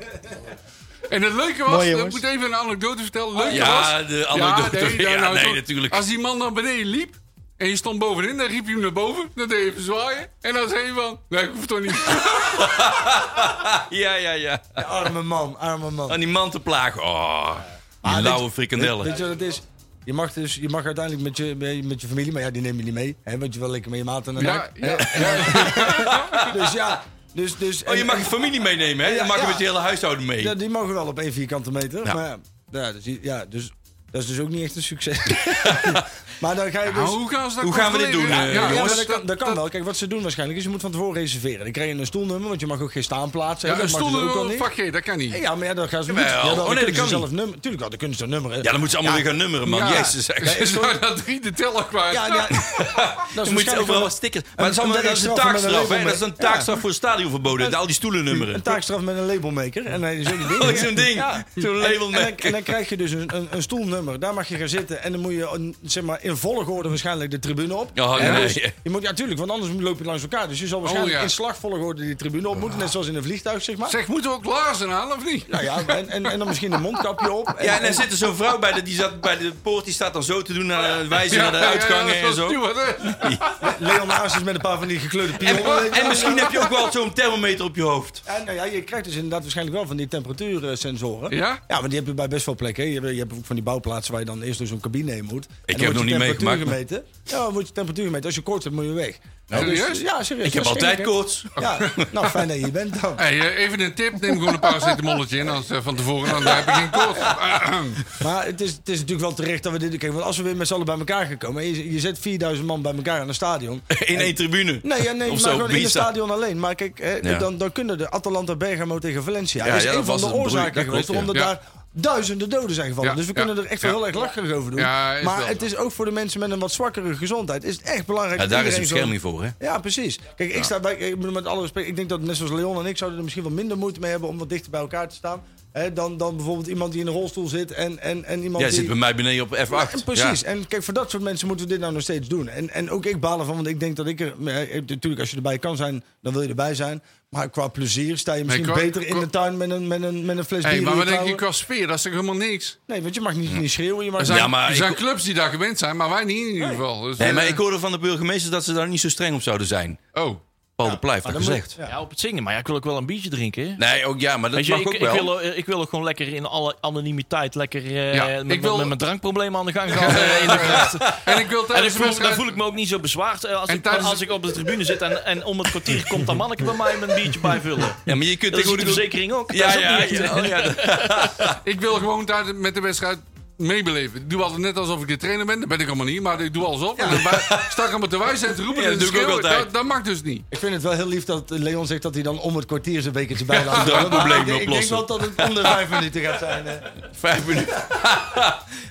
S4: En het leuke was,
S5: Mooi,
S4: ik
S5: jongens.
S4: moet even een anekdote vertellen. Leuke
S3: Oh,
S4: was,
S3: Ja, de anekdote. Ja,
S4: nee,
S3: nee,
S4: ja, nou, zo-
S3: natuurlijk.
S4: Als die man naar beneden liep en je stond bovenin, dan riep je hem naar boven. Dan deed je even zwaaien. En dan zei je van, nee, ik hoef toch niet.
S3: Ja, ja, ja.
S6: Arme man, arme man.
S3: Aan die man te plagen. Oh, die
S6: Ah,
S3: lauwe
S6: weet-
S3: frikandellen.
S6: Weet, weet je wat het is? Je mag, dus, je mag uiteindelijk met je, met je- met je familie, maar ja, die neem je niet mee. Hè, want je wil lekker met je maat aan de
S4: Ja,
S6: nek.
S4: ja,
S6: Dus ja, dus... dus
S3: Oh, je
S6: en-
S3: mag je familie meenemen, hè? Je
S6: Ja,
S3: mag je
S6: ja.
S3: met je hele huishouden mee.
S6: Ja, die mogen wel op één vierkante meter.
S3: Ja.
S6: Maar ja, ja, dus, ja, dus dat is dus ook niet echt een succes. maar dan ga je dus...
S4: Nou, hoe gaan, ze dat
S3: Hoe gaan we dit
S4: controleren?
S3: doen, eh,
S6: Ja,
S3: jongens?
S6: maar dat kan, dat kan wel. Kijk, wat ze doen waarschijnlijk is, je moet van tevoren reserveren. Dan krijg je een stoelnummer, want je mag ook geen staanplaats
S4: Ja,
S6: hebben.
S4: er
S6: dat mag
S4: stonden
S6: dus
S4: we
S6: ook al
S4: op
S6: niet.
S4: vak G, dat kan niet.
S6: Ja, maar ja, dan gaan ze...
S3: Jawel.
S6: ja, dan,
S3: Oh, nee,
S6: kunnen
S3: dat kan
S6: ze zelf
S3: niet.
S6: nummer. Tuurlijk wel, dan kunnen ze nummeren.
S3: Ja, dan moeten ze allemaal weer gaan nummeren, man.
S4: Ja.
S3: Oh, Jezus, echt.
S4: Ze zijn dat drie de teller kwijt.
S6: Ja, ja. dat
S3: Dan
S6: is
S3: moet je
S6: waarschijnlijk
S3: overal
S6: wel-
S3: wat stickers. Maar dat is, allemaal,
S6: een
S3: dat is een
S6: taakstraf met een
S3: taakstraf, hè?
S6: label
S3: Dat is een
S6: mee. Ja.
S3: taakstraf voor het stadion verboden. Al die stoelen nummeren.
S6: Een taakstraf met een labelmaker. En dan is ook een ding.
S3: Oh, zo'n ding. Zo'n
S6: En-
S3: label
S6: en, dan, en
S3: merken.
S6: dan krijg je dus een, een, een stoelnummer. Daar mag je gaan zitten. En dan moet je een- zeg maar, in volgorde waarschijnlijk de tribune op.
S3: Oh,
S6: Hè,
S3: nee.
S6: dus je moet, ja, natuurlijk, want anders loop je langs elkaar. Dus je zal
S3: Oh,
S6: waarschijnlijk
S4: ja.
S6: in slagvolgorde die tribune op moeten. Net zoals in een vliegtuig, zeg maar.
S4: Zeg, moeten we ook laarzen aan, of niet?
S6: Nou ja, en, en, en dan misschien een mondkapje op. En,
S3: Ja, en dan zit er zo'n vrouw bij de, die zat bij de poort. Die staat dan zo te doen, naar, de- wijzen naar de
S4: Ja, ja,
S3: uitgangen
S4: ja,
S3: en
S4: dat
S3: zo.
S4: is Stuart, hè?
S6: Leon Aars is met een paar van die gekleurde pionnen. weet je
S3: En,
S6: wel.
S3: en misschien heb je ook wel zo'n thermometer op je hoofd.
S6: Ja, nou ja, je krijgt dus inderdaad waarschijnlijk wel van die temperatuursensoren.
S4: Ja?
S6: Ja, maar die heb je bij best veel plekken. hè. Je hebt, je hebt ook van die bouwplaatsen waar je dan eerst door zo'n cabine heen moet.
S3: heb
S6: het
S3: het nog niet meegemaakt,
S6: Gemeten. Ja, dan wordt je temperatuur gemeten. Als je koorts hebt, moet je weg.
S4: Nou,
S6: Dus-
S4: serieus?
S6: ja, serieus.
S3: Ik heb altijd koorts.
S6: Ja, nou fijn dat je hier bent dan.
S4: Hey, eh, even een tip, neem gewoon een paracetamolletje in als, eh, van tevoren, dan heb ik geen koorts.
S6: Maar het is, het is natuurlijk wel terecht dat we dit... Kijk, want als we weer met z'n allen bij elkaar gaan komen... en Je, je zet 4000 man bij elkaar in een stadion...
S3: In één tribune.
S6: Nee, ja, nee
S3: Of
S6: maar
S3: zo,
S6: gewoon in
S3: Ibiza.
S6: het stadion alleen. Maar kijk, hè,
S3: Ja.
S6: dan, dan kunnen de Atalanta Bergamo tegen Valencia.
S3: Ja,
S6: dat is
S3: ja,
S6: een
S3: dat
S6: van
S3: was
S6: de
S3: een broei-
S6: oorzaken
S3: dat
S6: geweest.
S3: klopt,
S6: Omdat
S4: ja.
S6: daar duizenden doden zijn gevallen.
S4: Ja,
S6: dus we
S4: ja,
S6: kunnen er echt wel
S4: ja.
S6: heel erg lacherig over doen.
S4: Ja, is
S6: maar
S4: wel
S6: het
S4: zo.
S6: is ook voor de mensen met een wat zwakkere gezondheid. Is het echt belangrijk
S3: Ja,
S6: dat
S3: daar is een
S6: iedereen zo-
S3: bescherming voor, hè?
S6: Ja, precies. Kijk, ik sta bij, ik bedoel, met alle respect, ik denk dat net zoals Leon en ik zouden er misschien wat minder moeite mee hebben om wat dichter bij elkaar te staan. Hè, dan, dan bijvoorbeeld iemand die in een rolstoel zit en, en, en iemand
S3: Jij
S6: die...
S3: zit bij mij beneden op F8.
S6: Ja, precies.
S3: Ja.
S6: En kijk, voor dat soort mensen moeten we dit nou nog steeds doen. En, en ook ik baal ervan, want ik denk dat ik er... eh, eh, Natuurlijk, als je erbij kan zijn, dan wil je erbij zijn. Maar qua plezier sta je misschien
S4: qua-
S6: beter in
S4: qua-
S6: de tuin met een, met een, met een fles
S4: Hey,
S6: bier.
S4: maar
S6: in je
S4: wat denk je
S6: klauwen.
S4: qua sfeer? Dat is toch helemaal niks?
S6: Nee, want je mag niet, niet schreeuwen. Je mag
S4: Er zijn,
S3: Ja, maar
S4: er
S3: ik-
S4: zijn clubs die daar gewend zijn, maar wij niet in ieder geval. Dus,
S3: Nee, maar
S4: eh,
S3: ik hoorde van de burgemeester dat ze daar niet zo streng op zouden zijn.
S4: Oh,
S3: Paul de Pluijf had
S6: Dan moet-
S3: gezegd.
S6: ja.
S7: Ja, op het zingen. Maar ja, ik wil ook wel een biertje drinken. hè.
S3: Nee, ook ja, maar dat
S7: Weet je,
S3: mag
S7: ik,
S3: ook
S7: ik,
S3: wel.
S7: wil, er- ik wil er gewoon lekker in alle anonimiteit lekker eh,
S4: Ja,
S7: met,
S4: ik
S7: met-
S4: wil-
S7: met mijn drankproblemen aan de gang gaan. eh, in de gracht.
S4: en ik wil
S7: En ik
S4: tijdens de
S7: voel, dan
S4: wedstrijd...
S7: voel ik me ook niet zo bezwaard eh, als,
S4: En
S7: ik,
S4: tijdens-
S7: als ik op de tribune zit en, en om het kwartier komt dat manneke bij mij met een biertje bijvullen.
S3: Ja, maar je kunt
S7: Dat is de
S3: tegenwoordig... ook-
S7: verzekering ook.
S3: Ja,
S7: Dat is ook
S3: ja,
S7: niet echt.
S3: ja, oh, ja, dat-
S4: Ik wil gewoon tijdens met de wedstrijd meebeleven. Ik doe altijd net alsof ik de trainer ben. Dat ben ik allemaal niet, maar ik doe alsof. En dan sta ik allemaal te wijzen en te roepen.
S3: Ja,
S4: en
S3: dat
S4: te
S3: doe ik ook
S4: schreeuwen.
S3: altijd.
S4: Dat, dat mag dus niet.
S6: Ik vind het wel heel lief dat Leon zegt dat hij dan om het kwartier zijn bekertje bij laat.
S3: dat
S6: Maar
S3: probleem
S6: ik- Ik denk
S3: oplossen.
S6: wel dat het om de vijf minuten gaat zijn. eh.
S3: Vijf minuten.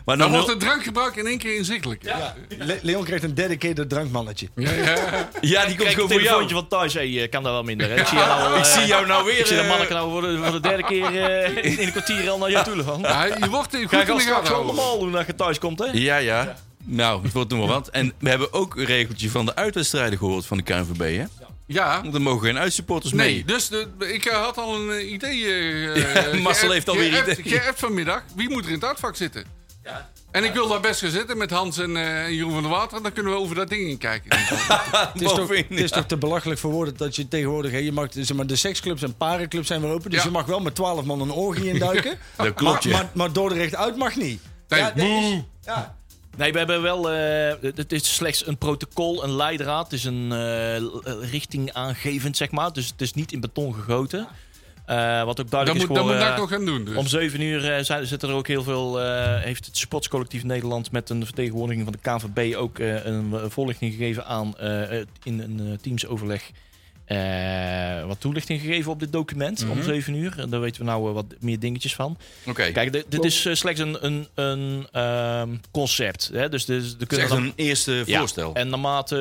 S3: maar
S4: Dan
S3: dan
S4: wordt het drankgebruik in één keer inzichtelijk. Ja,
S6: Le- Leon krijgt een derde keer dat drankmannetje.
S4: ja, ja.
S3: Ja, die komt
S7: Kijk, een
S3: gewoon voor jou.
S7: telefoontje van thuis. Hé, eh, kan dat wel minder. hè? Ik zie jou nou, eh,
S3: Ik zie jou nou weer.
S7: Ik zie dat
S3: eh,
S7: manneke nou voor de, voor de derde keer eh, in een kwartier al naar jou toe gaan.
S4: Ja, je wordt goed
S7: Ga ik
S4: in
S7: al
S4: de
S7: straks
S4: gaten
S7: wel
S4: houden.
S7: normaal doen dat je thuis komt, hè?
S3: Ja, ja. Nou, het wordt nog wel wat. En we hebben ook een regeltje van de uitwedstrijden gehoord van de KNVB, hè?
S4: Ja,
S3: Want er mogen geen uitsupporters
S4: nee.
S3: mee.
S4: Dus de, ik eh, had al een eh, idee.
S3: Ja, Marcel heeft alweer
S4: idee.
S3: idee.
S4: Jij hebt vanmiddag. Wie moet er in het uitvak zitten? En ik wil daar best gaan zitten met Hans en eh, Jeroen van der Water. Dan kunnen we over dat ding in kijken.
S6: Het is, toch,
S3: Bovenin,
S6: het is
S3: ja.
S6: toch te belachelijk voor woorden dat je tegenwoordig... Hè, je mag, zeg maar, de seksclubs en parenclubs zijn weer open. Dus
S4: Ja.
S6: je mag wel met twaalf man een orgie induiken.
S3: Dat klopt,
S6: maar,
S3: ja.
S6: maar, maar Dordrecht uit mag niet.
S4: Nee,
S6: nee,
S4: boe.
S6: is- ja.
S7: Nee, we hebben wel. eh, het is slechts een protocol, een leidraad. Het is een eh, richting aangevend, zeg maar. Dus het is niet in beton gegoten. Eh, wat
S4: Dat
S7: ook duidelijk
S4: moet,
S7: is
S4: dat
S7: gewoon.
S4: moet
S7: eh,
S4: ik nog gaan doen. Dus.
S7: om 7 uur eh, zijn, zitten er ook heel veel. eh, heeft het Sportscollectief Nederland met een vertegenwoordiging van de KVB ook eh, een voorlichting gegeven aan eh, eh, in een eh, teamsoverleg. eh, wat toelichting gegeven op dit document om 7 uur. En daar weten we nou eh, wat meer dingetjes van.
S3: Oké.
S7: Kijk, dit, dit is eh, slechts een, een, een ehm, concept. Hè? Dus, dus er
S3: Het is
S7: kunnen
S3: echt een eerste
S7: Ja, Eh,
S3: voorstel.
S7: En naarmate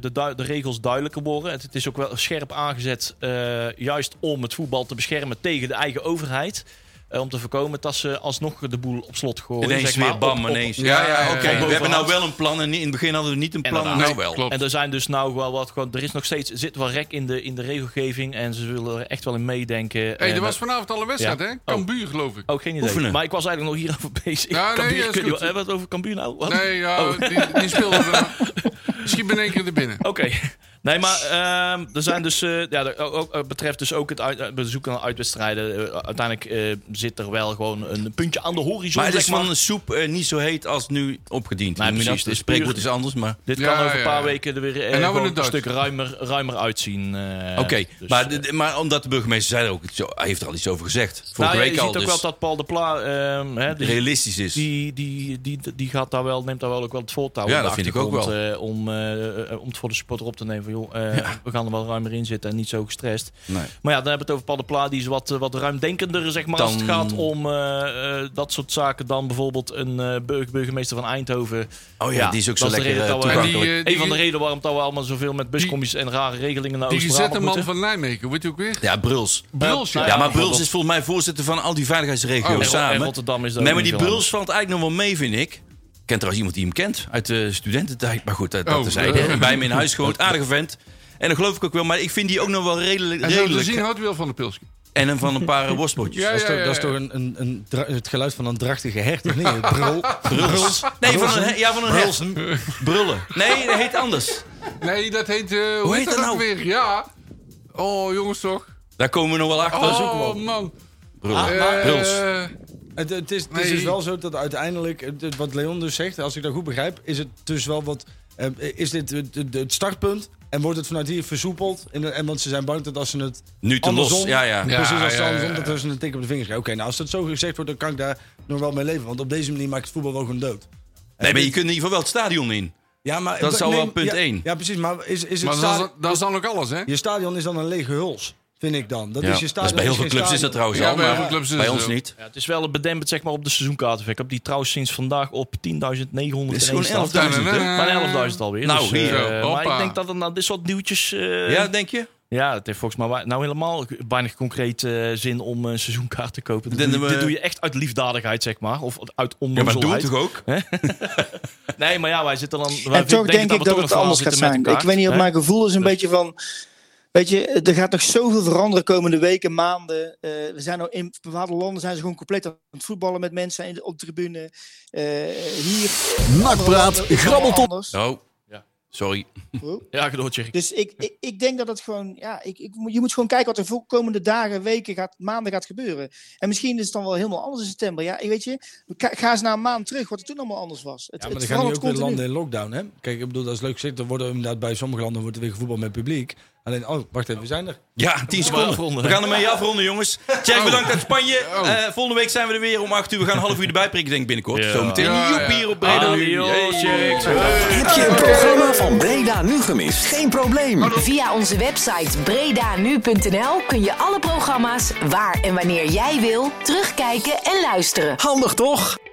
S7: de, du- de regels duidelijker worden, het, het is ook wel scherp aangezet, eh, juist om het voetbal te beschermen tegen de eigen overheid. eh, om te voorkomen dat ze alsnog de boel op slot gooien.
S3: Ineens
S7: zeg maar,
S3: weer bam,
S7: op- op-
S3: ineens.
S7: op-
S4: Ja, ja, ja,
S3: Oké, we
S4: ja.
S3: hebben nou
S7: bovenhand.
S3: wel een plan. En in het begin hadden we niet een plan.
S7: Inderdaad.
S3: Nou
S4: Nee,
S3: wel.
S4: klopt.
S7: En er zijn dus nou wel wat, gewoon, er is nog steeds, zit wel rek in de, in de regelgeving en ze willen er echt wel in meedenken.
S4: Hey,
S7: En,
S4: er was
S7: eh,
S4: vanavond al een wedstrijd,
S7: Ja.
S4: hè? Cambuur, geloof ik.
S7: Oh, geen idee.
S3: Oefenen.
S7: Maar ik was eigenlijk nog hierover bezig.
S4: Ja, nee,
S7: Cambuur,
S4: ja, is
S7: kun je-
S4: goed.
S7: hebben we het over Cambuur nou? Wat?
S4: Nee, ja, die, die speelde vanavond. Schiet in één keer er binnen.
S7: Oké. Nee, maar ehm, er zijn dus, eh, ja, er- ook, ook- eh, betreft dus ook het uit- eh, bezoek aan uitwedstrijden. eh, uiteindelijk eh, zit er wel gewoon een puntje aan de horizon.
S3: Maar het is
S7: zeg maar.
S3: van een soep eh, niet zo heet als nu opgediend.
S7: Nee,
S3: Ik bedoel,
S7: precies,
S3: Het
S7: het is
S3: spreekwoord
S7: puur-
S3: is anders, maar...
S7: Dit
S4: Ja,
S7: kan over
S4: ja,
S7: een paar
S4: ja.
S7: weken er weer eh,
S4: nou
S7: gewoon
S4: in het
S7: een
S4: Duits.
S7: stuk ruimer, ruimer uitzien. eh,
S3: Oké,
S7: dus,
S3: maar,
S7: eh,
S3: de- de- maar omdat de burgemeester zei er ook, iets zo- hij heeft er al iets over gezegd. Vorige
S7: nou, ja,
S3: week
S7: je
S3: al,
S7: ziet ook
S3: dus
S7: wel dat Paul de Pla, ehm, hè, die-
S3: realistisch is.
S7: die, die, die, die gaat daar wel, neemt daar wel ook wel het voortouw
S3: Ja,
S7: in de
S3: dat vind ik ook
S7: achtergrond, eh, om, eh, eh, om het voor de supporter op te nemen. Van, joh, eh, We gaan er wel ruimer in zitten en niet zo gestrest.
S3: Nee.
S7: Maar ja, dan hebben we het over Paul de Pla, Die is wat, eh, wat ruimdenkender, zeg maar. Als het
S3: Dan-
S7: gaat om eh, eh, dat soort zaken dan bijvoorbeeld een eh, burg- burgemeester van Eindhoven.
S3: Oh ja, die is ook zo
S7: dat de
S3: lekker
S7: reden
S3: eh,
S7: dat we-
S3: toegankelijk.
S4: En die, eh,
S7: Een van de redenen waarom dat we allemaal zoveel met buscommissies en rare regelingen naar
S4: Die
S7: Oost-Brabant
S4: gezette man
S7: moeten.
S4: van Nijmegen, weet je ook weer?
S3: Ja, Bruls.
S4: Bruls, ja.
S3: Ja, maar Bruls
S7: bijvoorbeeld.
S3: is volgens mij voorzitter van al die veiligheidsregio's
S4: Oh. En-
S7: en
S3: samen.
S7: Rotterdam is daar
S3: Nee,
S7: ook
S3: maar
S7: niet
S3: die
S7: veel
S3: Bruls valt eigenlijk nog wel mee, vind ik. Ik ken trouwens iemand die hem kent uit de studententijd. Maar goed, dat, dat
S4: Oh,
S3: terzijde.
S4: eh.
S3: Bij hem in huis gewoond. Aardige vent. En dat geloof ik ook wel. Maar ik vind die ook nog wel redelijk.
S4: En zo te
S3: redelijk.
S4: zien houdt hij wel van de pilsje.
S3: En hem van een paar eh, worstbroodjes.
S4: Ja,
S6: Dat is
S4: ja,
S6: toch,
S4: ja,
S6: dat is
S4: ja.
S6: toch een, een, een dra- het geluid van een drachtige hert, of niet? Brul.
S3: Bruls. Nee, van een, he- ja, van een hert. Brullen. Nee, dat heet anders.
S4: Nee, dat heet... eh, hoe,
S3: heet
S4: heet dat
S3: dat
S4: ook
S3: nou?
S4: weer? Ja. Oh, jongens toch.
S3: Daar komen we nog wel achter.
S4: Oh, man.
S3: Brullen.
S4: Eh,
S3: Bruls.
S6: Het, het is, het is
S4: Nee.
S6: dus wel zo dat uiteindelijk, het- het- wat Leon dus zegt, als ik dat goed begrijp, is het dus wel wat. eh, is dit het, het- het startpunt en wordt het vanuit hier versoepeld? En, en want ze zijn bang dat als ze het.
S3: Nu te los.
S6: andersom,
S3: Ja, ja.
S4: Ja,
S6: precies als ze
S4: ja,
S6: andersom,
S4: ja.
S6: dat we ze een tik op de vingers krijgen. Oké, nou als dat zo gezegd wordt, dan kan ik daar nog wel mee leven. Want op deze manier maakt het voetbal wel gewoon dood.
S3: Nee, maar je kunt in ieder geval wel het stadion in.
S6: Ja, maar,
S3: Dat is al wel
S6: ja,
S3: punt één.
S6: Ja, precies. Maar is, is het
S4: Maar
S6: sta-
S4: dat is, dat is dan ook alles, hè?
S6: je stadion is dan een lege huls. Vind ik dan. Dat
S3: Ja.
S6: is je
S3: Dat
S6: stadion.
S3: is Dus bij heel
S6: is
S3: veel
S6: geen
S3: clubs is dat
S6: stadion.
S3: trouwens
S4: Ja,
S3: al,
S4: bij heel
S3: maar
S4: veel clubs is
S3: bij
S4: het
S3: ons
S4: zo.
S3: niet.
S7: Ja, het is wel bedemperd zeg maar, op de seizoenkaartenverkoop. Die trouwens sinds vandaag op 10.901
S3: is gewoon
S7: staat.
S3: 11.000,
S4: hè?
S7: Maar 11.000 alweer.
S3: Nou,
S7: dus,
S3: hier,
S7: eh,
S4: zo.
S7: maar
S4: Hoppa.
S7: ik denk dat er na dit soort nieuwtjes... eh,
S3: Ja, denk je?
S7: Ja, het heeft volgens mij wa- nou helemaal weinig concreet eh, zin om een seizoenkaart te kopen. Dit,
S3: Dan
S7: doe, je-
S3: we-
S7: dit doe je echt uit liefdadigheid, zeg maar. Of uit
S3: Ja, maar doe het
S7: onnozelheid.
S3: toch ook?
S7: nee, maar ja, wij zitten dan... Wij
S5: en toch denk ik dat het anders gaat zijn. Ik weet niet, op mijn gevoel is een
S7: Dus-
S5: beetje van... Weet je, er gaat nog zoveel veranderen komende weken, maanden. Eh, we zijn nou in bepaalde landen zijn ze gewoon compleet aan het voetballen met mensen in de, op de tribune. Eh, hier.
S2: Nakpraat, grabbelton.
S5: grabbelton.
S3: Oh,
S7: Ja.
S3: sorry.
S7: Ja, gedoord, Jerry.
S5: Dus ik, ik, ik denk dat het gewoon, ja, ik, ik, moet- je moet gewoon kijken wat er voor komende dagen, weken, gaat, maanden gaat gebeuren. En misschien is het dan wel helemaal anders in september. Ja, Ik weet je, ga, ga eens na een maand terug, wat er toen allemaal anders was. Het,
S6: Ja, maar
S5: het
S6: dan gaan nu ook
S5: verandert
S6: weer
S5: continu.
S6: landen in lockdown, hè? Kijk, ik bedoel, dat is leuk gezegd. Dan worden inderdaad bij sommige landen wordt er weer gevoetbald met publiek. Alleen, oh, wacht even, we zijn er.
S3: Ja, 10 seconden.
S7: afronden.
S3: We gaan ermee afronden, Oh. jongens. Jack, bedankt uit Spanje. Eh, volgende week zijn we er weer om 8 uur. We gaan een half uur erbij prikken, denk ik binnenkort.
S7: Ja.
S3: Zometeen.
S4: Ja,
S3: Joep
S4: ja.
S3: hier op Breda nu.
S7: Adios,
S3: Jeetje.
S9: Heb je een programma van Breda Nu gemist? Geen probleem.
S10: Via onze website bredanu.nl kun je alle programma's waar en wanneer jij wil terugkijken en luisteren.
S9: Handig toch?